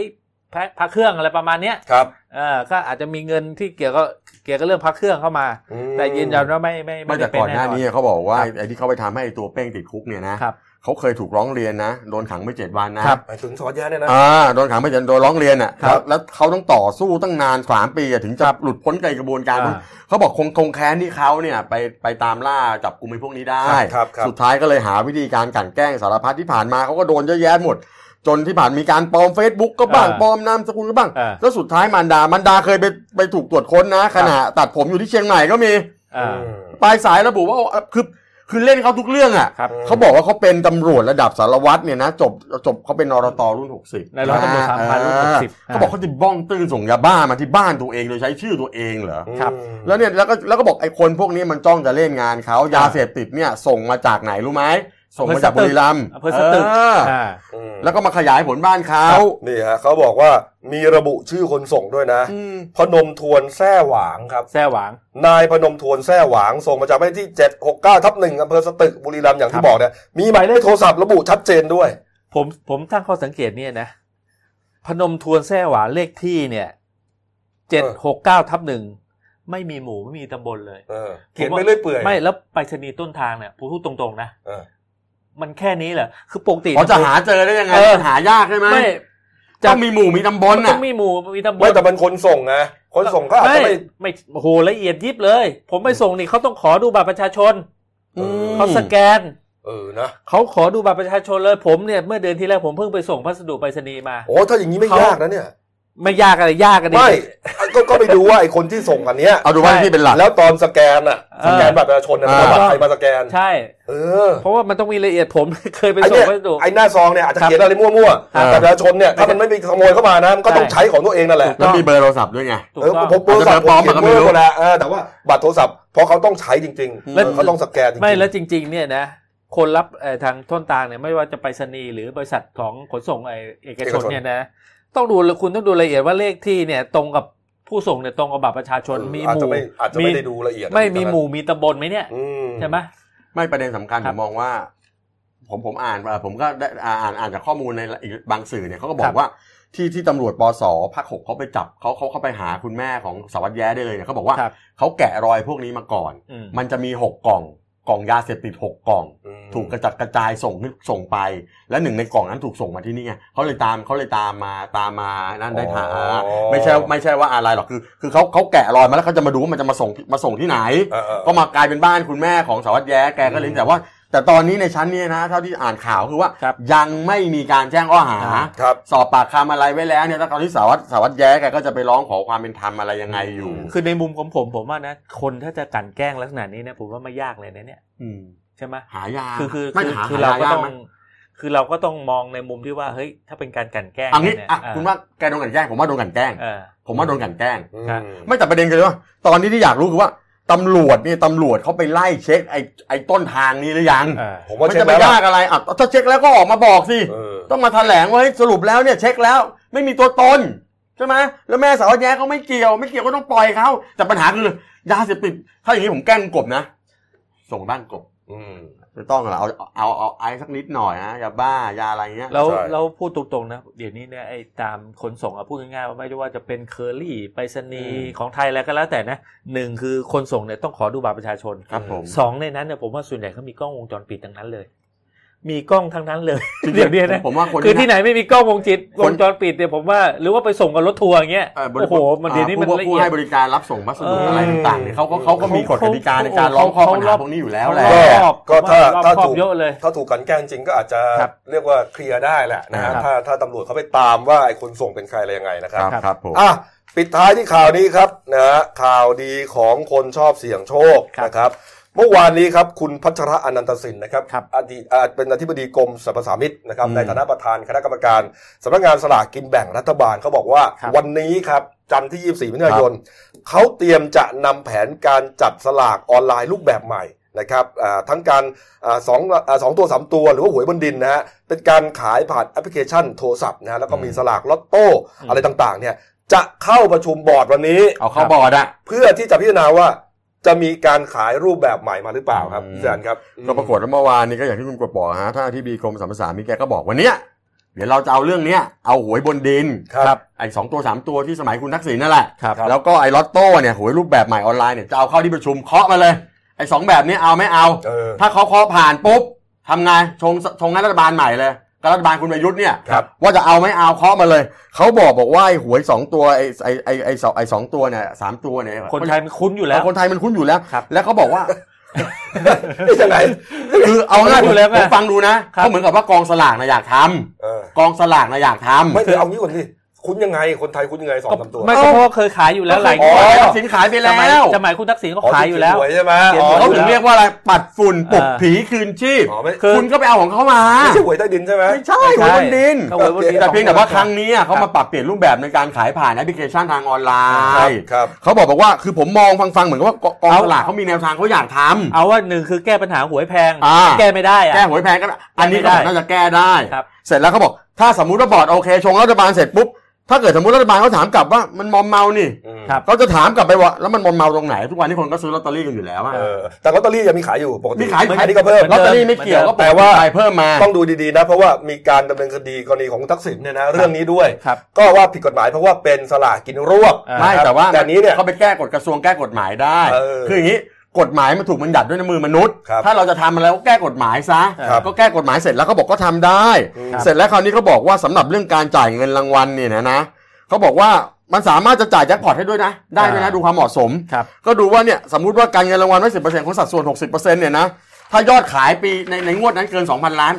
พระพระเครื่องอะไรประมาณเนี้ย
ครับ
เออก็อาจจะมีเงินที่เกี่ยวกับเกี่ยวกับเรื่องพระเครื่องเข้ามา
อืม
แต่ยืนยันว่าไม่ไม่
ไม่
ได้
แต่
เป็
ก่อนหน้า
แอ
นี้เขาบอกว่า
ครับ
ไอ้ที่เขาไปทำให้ไอ้ตัวเป้งติดคุกเนี่ยนะครับ เขาเคยถูกร้องเรียนนะโดนขังไปเจ็ดวันนะครับ
หมายถึงสวัสดิ์ยาเนี่ยนะ
อ่าโดนขังไปเจ็ดโดนร้องเรียนอ่ะ
ครับ
แล้วแล้วเขาต้องต่อสู้ตั้งนานสามปีอะถึงจะหลุดพ้นไกลกระบวนการ
อ่า
เขาบอกคงคงแค้นที่เขาเนี่ยไปไปตามล่าจับกลุ่มไอ้พวกนี้ได้
ครับครับ
สุดท้ายก็เลยหาวิธีการกลั่นแกล้งสารพัดที่ผ่านมาเขาก็โดนเยอะแยะหมด จนที่ผ่านมีการปลอม Facebook ก็บ้าง
อ่า
ปลอมนามสกุลก็บ้าง
อ่า
แล้วสุดท้ายมันดามันดาเคยไปไปถูกตรวจค้นนะขณะตัดผมอยู่ที่เชียงใหม่ก็มี
อ่า
อืม
ปลายสายระบุว่าเอาคือคือเล่นเขาทุกเรื่องอ่ะ
ครับ
เขาบอกว่าเขาเป็นตำรวจระดับสารวัตรเนี่ยนะจบจบเขาเป็นนรตรุ่น 60
ในร้อยตำรวจสามพันรุ่น
อ่า
60อ่า
เขาบอกเขาจะบ้องตื้นส่งยาบ้ามาที่บ้านตัวเองโดยใช้ชื่อตัวเองเหรอ
ครับ
แล้วเนี่ยแล้วก็แล้วก็บอกไอ้คนพวกนี้มันจ้องจะเล่นงานเขายาเสพติดเนี่ยส่งมาจากไหนรู้ไหมส่งมาจากบุรีรัมย์
อำเภอสตึก
เออ
อ่า
อืม
แล้วก็มาขยายผลบ้านเขา
นี่ฮะเขาบอกว่ามีระบุชื่อคนส่งด้วยนะ
อืม
พนมทวนแท่หวางครับ
แซ่หวาง
นายพนมทวนแท่หวางส่งมาจากเลขที่ 769ทับหนึ่งอำเภอสตึกบุรีรัมย์อย่าง
ครั
ที่
บ
บอกเนี่ยมีหมายเลขโทรศัพท์ระบุชัดเจนด้วย
ผมผมตั้งข้อสังเกตเนี่ยนะ พนมทวนแซ่หวานเลขที่เนี่ยเจ็ดหกเก้าทับหนึ่งไม่มีหมู่ไม่มีตำบลเลย
เออเขียนไปเรื่อยเปื่อย
ไม่แล้วไปรษณีย์ต้นทางเนี่ยผมพูดตรงๆนะ
เออ
มันแค่นี้เหรอคือปกติ
เขาจะหาเจอได้ยังไง
เออ
หายากใช่ไหม
ไม่
จะมีหมู่มีตำบล
มันต้
น่ะ
องมีหมู่มีตำบล
ไม่แต่มันคนส่งนะคนส่งเขาอาจจะไม่
ไม่ไม่โอ้โหละเอียดยิบเลย ผมไปส่งนี่เขาต้องขอดูบัตรประชาชน
อืม
เขาสแกน
เออนะ
เขาขอดูบัตรประชาชนเลยผมเนี่ยเมื่อเดือนที่แล้วผมเพิ่งไปส่งพัสดุไปรษณีย์มา
โอ้ถ้าอย่างนี้ไม่
เขา
ยากนะเนี่ย
ไม่ยากอะไรยากกันดิ
ไม่ ก็ก็ไปดูว่าไอ้คนที่ส่งอันเนี้ย
เอาดูว่า
ใช่
ที่เป็นหลัก
แล้วตอนสแกนอะ
เออ
สแกนบัตรประชาชนนะ
อ่า
เอาบัตรใครมาสแกน
ใช่
เออ
เพราะว่ามันต้องมีละเอียดผม เคยไป
ไอ้
ส่ง
เนี่ย
พัสดุ
ไอ้หน้าซองเนี่ยอาจจะเขียนอะไรมั่ว
ครับ
ๆแต่ประชาชนเนี่ยถ้ามันไม่มีขโมยเข้ามานะมันก็ต้องใช้ของตัวเองนั่นแหละ
แล้วมีเบอร์โทรศัพท์ด้วยไง
ถูก
เออ
ต้อง
ผมโทรศัพท์ผมเขียนเบอร์หมดแหละเออแต่ว่าบัตรโทรศัพท์เพราะเขาต้องใช้จริงๆ
แล้ว
เออเขาต้องสแกนจริงๆ
ไม่แล้วจริง ๆ เนี่ยนะคนรับเอ่อทางต้นตางเนี่ยไม่ว่าจะไปรษณีย์หรือบริษัทของขนส่งไอ้เอกชนเนี่ยนะต้องดูคุณต้องดูละเอียดว่าเลขที่เนี่ยตรงกับผู้ส่งเนี่ยตรงกับบัตรประชาชนมีห
อาจจะ
มู่
ไม่อาจจะไม่ได้ดูละเอียด
ไม่มีหมู่มีตำบลไหมเนี่ย
อื
ใช่ไหม
ไม่ประเด็นสำคัญ
ค
ผ
รับ
มมองว่า ผมผมอ่านเอ่อผมก็ได้อ่าอ่านอ่านจากข้อมูลในอีกบางสื่อเนี่ยเขาก็บอ
ครั
ก
บ
ว่าที่ที่ตำรวจปสภาคหกเขาไปจับเขาเขาเขาไปหาคุณแม่ของสารวัตรแย้ได้เลยเนี่ยเขาบอกว่า
ครับ
เขาแกะรอยพวกนี้มาก่อน
อืม
มันจะมีหกกล่องกล่องยาเสพติดหกกล่อง
อืม
ถูกกระจัดกระจายส่งขึ้นส่งไป และหนึ่งในกล่องนั้นถูกส่งมาที่นี่ไงเขาเลยตามเขาเลยตามมาตามมานั่นได้ทางอ่าไม่ใช่ไม่ใช่ว่าอะไรหรอกคือ คือเขาเขาแกะรอยมาแล้วเขาจะมาดูว่ามันจะมาส่งมาส่งที่ไหน
เออเออ
ก็มากลายเป็นบ้านคุณแม่ของสารวัตรแย้แกก็เลย
อืม
แต่ว่า แต่ตอนนี้ในชั้นเนี้นะเท่าที่อ่านข่าวคือว่า
ครับ
ยังไม่มีการแจ้งข้อหา
อ่า
ครับ
สอบปากคำอะไรไว้แล้วเนี่ยถ้าตอนที่สารวัตรสารวัตรแย้แกก็จะไปร้องขอความเป็นธรรมอะไรยังไงอยู่
คือในมุมของผมผมว่านะคนถ้าจะกลันแกล้งลักษณะนี้เนี่ยผมว่าไม่ยากเลยนะเนี่ย
อืม
ใช่ไหม
หายา
คือคือ
ไม่
คือ
หา
คือ
ห
เรา
ย
ก็
ย
ต้อง
ไหม
คือเราก็ต้องมองในมุมที่ว่าเฮ้ยถ้าเป็นการกลันแกล้ง
เอางี้
เนี่ย
อ่ะคุณว่าแกโดนกลันแกล้งผมว่าโดนกลันแกล้ง
เออ
ผมว่าโดนกลันแกล้ง
อืม
ครับ
ไม่แต่ประเด็นคือว่า ตอนนี้ที่อยากรู้คือว่าตำรวจเนี่ยตำรวจเขาไปไล่เช็คไอ้ไอ้ต้นทางนี้หรือยัง
เออ
ผมว่า
มัน
เช็ค
จะไป
แล้ว
ยากอะไรอ่ะถ้าเช็คแล้วก็ออกมาบอกสิ
เออ
ต้องมาแถลงว่าเฮ้ยสรุปแล้วเนี่ยเช็คแล้วไม่มีตัวตนใช่ไหมแล้วแม่สาวแย้เขาไม่เกี่ยว ไม่เกี่ยวก็ต้องปล่อยเขาแต่ปัญหาคือยาเสพติดถ้าอย่างนี้ผมแกล้งกบนะ ส่งบ้านกบ
อืม
ไม่ต้องหรอกเอาเอาเอาไอซ์สักนิดหน่อยนะยาบ้ายาอะไรเงี้ย
แล้ว
ใช่
เราพูดตรงๆนะเดี๋ยวนี้เนี่ยไอ้ตามขนส่งอะพูดง่ายๆว่าไม่ว่าจะเป็นเคอรี่ไปรษณีย์ของไทยแล้วก็แล้วแต่นะหนึ่งคือคนส่งเนี่ยต้องขอดูบัตรประชาชน
ครับผม
สองในนั้นเนี่ยผมว่าส่วนใหญ่เขามีกล้องวงจรปิดทั้งนั้นเลย มีกล้องทั้งนั้นเลยเดี๋ยวนี้นะ
ผมว่าคน
คือที่ไหนไม่มีกล้องวงจิตวงจรปิดเนี่ยผมว่าหรือว่าไปส่งกับรถทัวร์อย่างเงี้ย
เบริ
โอ้โหมันเดี๋ยวนี้มัน
ผู้
ละ
ผู้
เอียด
ให้บริการรับส่งพัสดุ
เอออ
อะไรต่างๆเนี่ยเขาก็เขาก็มีกฎกติกาในการร้องข้อปัญหาพวกนี้อยู่แล้วแหละ
เขา รอบ
ก็ก็ถ้าถ้า
ผมว่ารอบครอบ
ถูก
เยอะเลย
ถ้าถูกกลันแกล้งจริงก็อาจจะ
ครับ
เรียกว่าเคลียร์ได้แหละนะฮะ
ครับ
ถ้าถ้าตำรวจเขาไปตามว่าไอ้คนส่งเป็นใครอะไรยังไงนะครับ
ครับครับผม
อ่ะปิดท้ายที่ข่าวนี้ครับนะฮะข่าวดีของคนชอบเสี่ยงโชค
ครับ
นะครับ เมื่อวานนี้ครับคุณพัชระอนันตสินนะครับ
ครับ
อดีตอ่าเป็นอธิบดีกรมสรรพสามิตนะครับ
อืม
ในฐานะประธานคณะกรรมการสำนักงานสลากกินแบ่งรัฐบาลเขาบอกว่า
ครับ
วันนี้ครับจันทร์ที่ 24 มิถุนายนเขาเตรียมจะนำแผนการจัดสลากออนไลน์รูปแบบใหม่นะครับอ่าทั้งการอ่าสองอ่าสองตัวสามตัวหรือว่าหวยบนดินนะฮะเป็นการขายผ่านแอปพลิเคชันโทรศัพท์นะฮะแล้วก็มีสลากลอตโต้อะไรต่างๆเนี่ย จะเข้าประชุมบอร์ดวันนี้
เอาเข้าบอร์ดอะ
เพื่อที่จะพิจารณาว่าจะมีการขายรูปแบบใหม่มาหรือเปล่าครับ
อืม
อาจารย์ครับ
ก็ปรากฏว่าเมื่อวานนี้ก็อย่างที่คุณกวดบอกฮะถ้าที่บีกรมสรรพสามิตแกก็บอกวันเนี้ยเดี๋ยวเราจะเอาเรื่องเนี้ยเอาหวยบนดิน
ครับ
ไอ้สองตัวสามตัวที่สมัยคุณทักษิณนั่นแหละ
ครับ
แล้วก็ไอ้ลอตโต้เนี่ยหวยรูปแบบใหม่ออนไลน์เนี่ยจะเอาเข้าที่ประชุมเคาะมาเลยไอ้สองแบบนี้เอาไม่เอา
เออ
ถ้าเขาเคาะผ่านปุ๊บ ทำงานชงชงงานรัฐบาลใหม่เลยกับรัฐบาลคุณประยุทธ์เนี่ย
ครับ
ว่าจะเอาไม่เอาเคาะมาเลย เขาบอกบอกว่าไอ้หวยสองตัวไอ้ไอ้ไอ้ไอ้สองไอ้สองตัวเนี่ยสามตัวเนี่ย
คนไทยมันคุ้นอยู่แล้ว
คนไทยมันคุ้นอยู่แล้ว
ครับ
แล้วเขาบอกว่า
ยังไง
คือเอาง่าย
คุ้นอยู่แล้ว
ผ
ไง
มฟังดูนะครับ เขาเหมือนกับว่ากองสลากนะอยากทำ
เออก
องสลากนะอยากทำ
ไม่เดี๋ยวเอางี้ก่อนสิคุ้นยังไงคนไทยคุ้นยังไงสองสามตัว
ไม่ก็เพราะว่าเคยขายอยู่แล้วหลาย
อ๋อ
งวดแล้ว
สินขายไป
ส
แล้
มัยว สมัยคุณทักษิณก็ขายอยู่แล้ว
สวยใช่ไหมอ๋อ
เขาถึง
แล้ว
เรียกว่าอะไรปัดฝุ่นปลุก
เออ
ผีคืนชีพ
อ๋อไม่
คือ
คุณก็ไปเอาของเขามา
ไม่ใช่หวยใต้ดินใช่ไหม
ไม่ใช่หวยบนดิน
ก็หวยบนดิน
แต่เพียงแต่ว่าครั้งนี้อ่ะเขามาปรับเปลี่ยนรูปแบบในการขายผ่านแอปพลิเคชันทางออนไล
ครับ
น์
ครับ
เขาบอกบอกว่าคือผมมองฟังฟังๆเหมือนกับว่ากกอง
เอา
สลากเขามีแนวทางเขาอยากท
เอาว่าหนึ่งคือแก้ปัญหาหวยแพง
อ่า
แก้ไม่ได้
ำ
อะ
แก้หวยแพงก็ได้อันนี้ก็
ไม่ได้
น่าจะแก้ได้
ครับ
เสร็จแล้วเขาบอก ถ้าสมมติว่าบอร์ดโอเค ชงรัฐบาลเสร็จปุ๊บ ถ้าเกิดสมมติรัฐบาลเขาถามกลับว่ามันมอมเมานี่
อืม
ครับ
เขาจะถามกลับไปว่าแล้วมันมอมเมาตรงไหน ทุกวันนี้คนก็ซื้อลอตเตอรี่กันอยู่แล้วอะ
เออแต่ลอตเตอรี่ยังมีขายอยู่ปกติ
มีขาย
อันนี้ก็เพิ่ม
ลอตเตอรี่ไม่เกี่ยวก็
แต่ว่า
ขายเพิ่มมา
ต้องดูดีๆนะ เพราะว่ามีการดำเนินคดีกรณีของทักษิณเนี่ยนะเรื่องนี้ด้วย
ครับ
ก็ว่าผิดกฎหมายเพราะว่าเป็นสลากกินรวบ
อ่า
ไม่
นะครับ
แต่ว่า
แต่นี้เนี่ย
เขาไปแก้กฎกระทรวงแก้กฎหมายได้
เออ
คืออย่างนี้กฎหมายมันถูกบัญญัติด้วยน้ำมือมนุษย์
ครับ
ถ้าเราจะทำอะไรก็แก้กฎหมายซะ
ครับ
ก็แก้กฎหมายเสร็จแล้วเขาบอกก็ทำได้
อืม
เสร็จแล้วคราวนี้เขาบอกว่าสำหรับเรื่องการจ่ายเงินรางวัลเนี่ยนะนะเขาบอกว่ามันสามารถจะจ่ายแจ็คพอตให้ด้วยนะ ได้ด้วยนะ
อ่า
ดูความเหมาะสม
ครับ
ก็ดูว่าเนี่ยสมมติว่าการเงินรางวัลไว้สิบเปอร์เซ็นต์ของสัดส่วนหกสิบเปอร์เซ็นต์เนี่ยนะถ้ายอดขายปีในในงวดนั้นเกินสองพันล้าน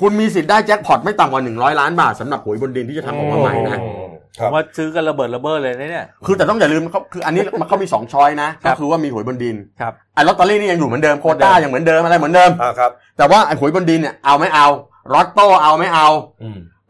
คุณมีสิทธิ์ได้แจ็คพอตไม่ต่ำกว่าหนึ่งร้อยล้านบาทสำหรับหวยบนดินที่จะทำออกมาใหม่นะ
อืมค
ผ
รับ
มว่าซื้อกันระเบิดระเบ้อเลยนะเนี่ย
คือแต่ต้องอย่าลืมเขาคืออันนี้มันเขามีสองช้อยนะ
ครั
ก็
บ
คือว่ามีหวยบนดิน
ครับ
ไอ้ลอตเตอรี่นี่ยังอยู่เหมือนเดิมโควต้ายังเหมือนเดิมอะไรเหมือนเดิม
อ่าครับ
แต่ว่าไอ้หวยบนดินเนี่ยเอาไม่เอาลอตโต้เอาไม่เอา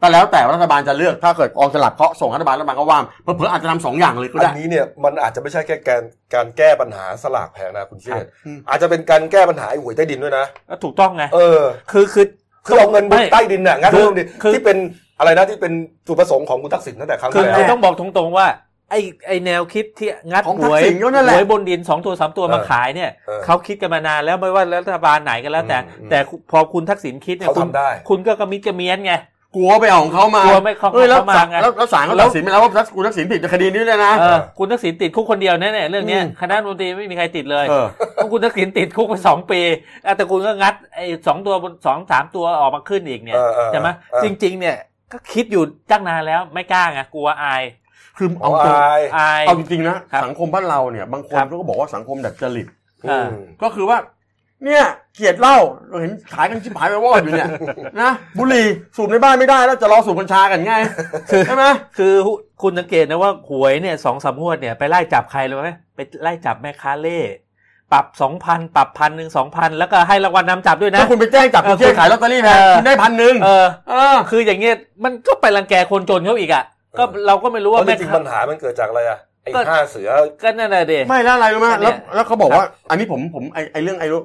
ก็แล้วแต่ว่ารัฐบาลจะเลือกถ้าเกิดกองสลับเคาะส่งรัฐบาลรัฐบาลก็ว่ามเผื่อๆอาจจะทำสองอย่างเลยก็
อั
ได้
นนี้เนี่ยมันอาจจะไม่ใช่แค่การการแก้ปัญหาสลากแพงนะคุณเชษฐ์
อืม
อาจจะเป็นการแก้ปัญหาไอ้หวยใต้ดินด้วยนะ
ก็ถูกต้องไง
เออ
คือคือ
คือเอาเงินบ
ไม่
นใต้ดินน่ะงั้น
คือ
เรื่องดิ
คือ
ที่เป็นอะไรนะที่เป็นจุดประสงค์ของคุณทักษิณตั้งแต่ครั้ง
คือ
ที่แล้
คือ
ว
ต้องบอกตรงๆว่า ไอ้ไอ้แนวคิดที่งัด
ของ
ห
ทัก
วย
ษิณก็นั่นแหละ
หวยบนดินสองตัวสามตัวมา
เออ
ขายเนี่ย
เออ
เขาคิดกันมานานแล้วไม่ว่ารัฐบาลไหนกันแล้วแต่
อืม
แต่พอคุณทักษิณคิดเนี่ย
เขา
คุณ
ทำได้
คุณก็กระมิดกระเมียนไง
กลัวไปเอาของเขามาก
ลัวไม่เข้า
เอ้ยแล้ว
เข้ามาไง
แล้วแล้วศาลเขาตัดสินไปแล้วว่าทักษิณทักษิณผิดในคดีนี้เลยนะ
เออคุณทักษิณติดคุกคนเดียวแน่ๆเรื่องเนี้ย
อืม
คณะรัฐมนตรีไม่มีใครติดเลย
เออ
เพราะคุณทักษิณติดคุกไปสองปีอ่ะแต่คุณก็งัดไอ้สองตัวบนสองสามตัวออกมาขึ้นอีกเนี่ย
เออเออ
ใช่ไหม
เออ
จริง ๆ เนี่ยก็คิดอยู่ตั้งนานแล้วไม่กล้าไงกลัวอาย
คือ
เอา
เอาตรง
อาย
อาย
เอาจริงๆนะครับ สังคมบ้านเราเนี่ยบางคน
ครับ
เขาก็บอกว่าสังคมดัดจริต
เออ
อืม
ก็คือว่า เนี่ยเกลียดเหล้าเราเห็นขายกันชิบหายไปวอดอยู่ เนี่ย นะบุหรี่สูบในบ้านไม่ได้แล้วจะรอสูบกัญชากัน ไงใช่ไหม
คือคุณสังเกตนะว่าหวยเนี่ยสองสามงวดเนี่ยไปไล่จับใครเลยไหมไปไล่จับแม่ค้าเล่ปรับสองพันปรับพันหนึ่งสองพันแล้วก็ให้รางวัลนำจับด้วยนะ
ถ้าคุณไปแจ้งจับ
เอ
คุ
อ
ณเจ๊ขายลอตเตอรี่แพง
เออ
คุณได้พันหนึ่ง
เออ
เออ
คืออย่างเงี้ยมันก็ไปรังแกคนจนเขาอีกอ่ะก็
เออ
เราก็ไม่รู้
เพ
ว่า
ราะจ
แม่
ริงๆ
ค้า
ปัญหามันเกิดจากอะไรอ่ะไอ้
ก็
ห้าเสือ
ก็นั่นแหละเด็
ไม่แล้วอะไรรู้ไหม
เนี่
แล้ว
ย
แล้วเขาบอกว่า อันนี้ผมผมไอไอเรื่องไอรู้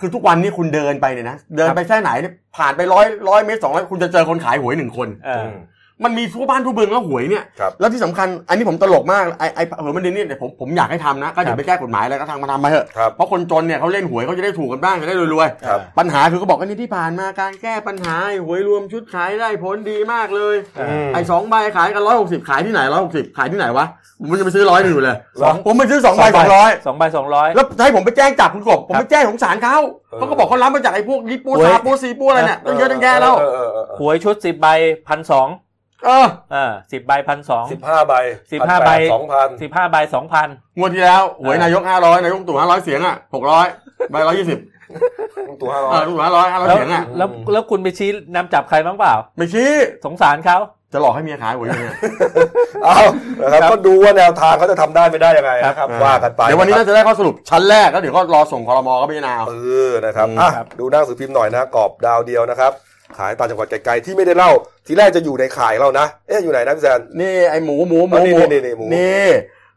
คือทุกวันนี้คุณเดินไปเนี่ยนะเดินไปแค่ไหนเนี่ยผ่านไปร้อยร้อยเมตรสองร้อยคุณจะเจอคนขายหวยหนึ่งคน มันมีทั่วบ้านทั่วเมืองแล้วหวยเนี่ย
ครับ
แล้วที่สำคัญอันนี้ผมตลกมากไอไอหวยมันดินเนี่ยเดี๋ยวผมผมอยากให้ทำนะ ก็เดี๋ยวไปแก้กฎหมายอะไรก็ทางมาทำมาเถอะ
ครับ
เพราะคนจนเนี่ยเขาเล่นหวยเขาจะได้ถูกกันบ้างจะได้รวย
ครับ
ๆ ปัญหาคือเขาบอกว่านี่ที่ผ่านมาการแก้ปัญหาไอ้หวยรวมชุดขายได้ผลดีมากเลย
อื
ม
ไอ้สองใบขายกันร้อยหกสิบขายที่ไหนร้อยหกสิบขายที่ไหนวะผมยังไปซื้อร้อยหนึ่งอยู่เลย
เหรอ
ผมไปซื้อสองใบสองร้อย
สองใบสองร้อย
แล้วให้ผมไปแจ้งจับคุณกบผมไปแจ้งของศาลเขา
เออ
เขาก็บอกเขารับมาจากไอ้พวกนี้ปู
หวย
ซาปูซีปูอะไรเนี่ยตั้งเยอะตั้งแยะแล้ว
เออเออเออเอ
หวยชุดสิบใบพันสอง
เออ
เออสิบใบพันสอง
อสิบห้าใบ
สิบห้าใบ
สองพัน
สิบห้าใบสองพัน
งวดที่แล้วหวย
เออ
นายกห้าร้อยนายกลุงตู่ห้าร้อยเสียงอ่ะหกร้อยใบร้อยยี่สิบ
ตัวห้าร้อ
เออย ลุงตู่ห้าร้อยห้าร้อย
แล้ว
เสียงอ่ะ
แล้วแล้วคุณไปชี้นำจับใครบ้างเปล่า
ไม่ชี้
สงสารเขา
จะหลอกให้เมียขายหวยอยู่เนี่ย
เอานะครับก็ดูว่าแนวทางเขาจะทำได้ไม่ได้ยังไงนะครับ ว่ากันไป
เดี๋ยววันนี้น่าจะได้ข้อสรุปชั้นแรกแล้วเดี๋ยวก็รอส่งคอรมอก็พิจารณาเอา
เออนะครับ
อืม
อ่ะ
ครับ
ดูหน้าหนังสือพิมพ์หน่อยนะกรอบดาวเดียวนะครับ ขายต่างจังหวัดไกลๆที่ไม่ได้เล่า ทีแรกจะอยู่ในขายเรานะ เอ๊ะอยู่ไหนนะพี่แซน
นี่ไอหมูหมูหมู
อ๋อนี่
หมู
นี่นี่หมู
นี่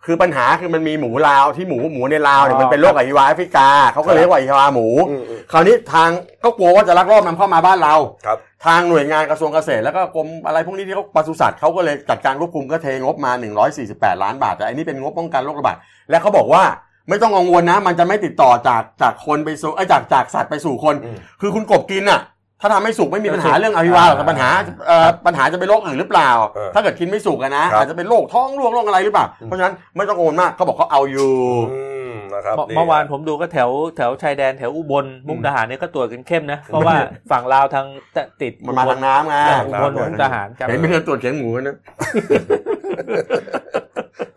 คือปัญหาคือมันมีหมูลาวที่หมูหมูในลาวเนี่ย
อ๋อ
มันเป็นโรคอหิวาแอฟริกาเขาก็เรียกว่าอหิวาหมู
อืมอืม
คราวนี้ทางก็กลัวว่าจะลักลอบนำเข้ามาบ้านเรา
ครับ
ทางหน่วยงานกระทรวงเกษตรแล้วก็กรมอะไรพวกนี้ที่เขาปศุสัตว์เขาก็เลยจัดการควบคุมก็เทงบมา 148 ล้านบาท แต่อันนี้เป็นงบป้องกันโรคระบาดและเขาบอกว่าไม่ต้องกังวลนะ มันจะไม่ติดต่อจากจากคนไปสู่เอ้ยจากจากสัตว์ไปสู่คน
อืม
คือคุณกบกินอ่ะ ถ้าทำให้สุกไม่มีปัญหาเรื่องอหิวาหรอกแต่ปัญหาเอ่อปัญหาจะเป็นโรคอื่นหรือเปล่า
เออ
ถ้าเกิดกินไม่สุกอะนะครับ อาจจะเป็นโรคท้องร่วงโรคอะไรหรือเปล่า
อืม
เพราะฉะนั้นไม่ต้องกังวลมากเขาบอกเขาเอาอยู่
อืม นะครับ
เมื่อเมื่อวานผมดูก็แถวแถวชายแดนแถวอุบลมุกดาหารเนี่ยก็ตรวจกันเข้มนะ เพราะว่าฝั่งลาวทางตะติด
มันมา
อุบล
ทางน้ำไง
อ่าอุบลมุกดาหารครับ
เห็นเป็นการตรวจเขียงหมูกันนะ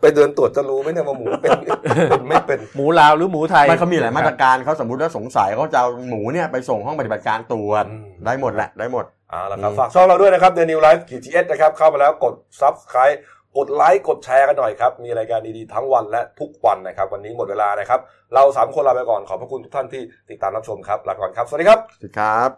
ไปเดินตรวจจะรู้ไหมเนี่ยว่าหมูเป็นเป็นไม่เป็น
หมูลาวหรือหมูไทย
ไม่เขามีหลายมาตรการเขาสมมติว่าสงสัยเขาจะเอาหมูเนี่ยไปส่งห้องปฏิบัติการตรวจ
อืม
ได้หมดแหละได้หมด
เอ่าละครับ
อืม
ฝากช่องเราด้วยนะครับ The New Life ขีดจีเอสนะครับ เข้ามาแล้วกด subscribe กดไลค์กดแชร์กันหน่อยครับ มีรายการดีๆทั้งวันและทุกวันนะครับ วันนี้หมดเวลานะครับ เราสามคนลาไปก่อนขอบพระคุณทุกท่านที่ติดตามรับชมครับลาก่อนครับ สวัสดีครับ
สิครับ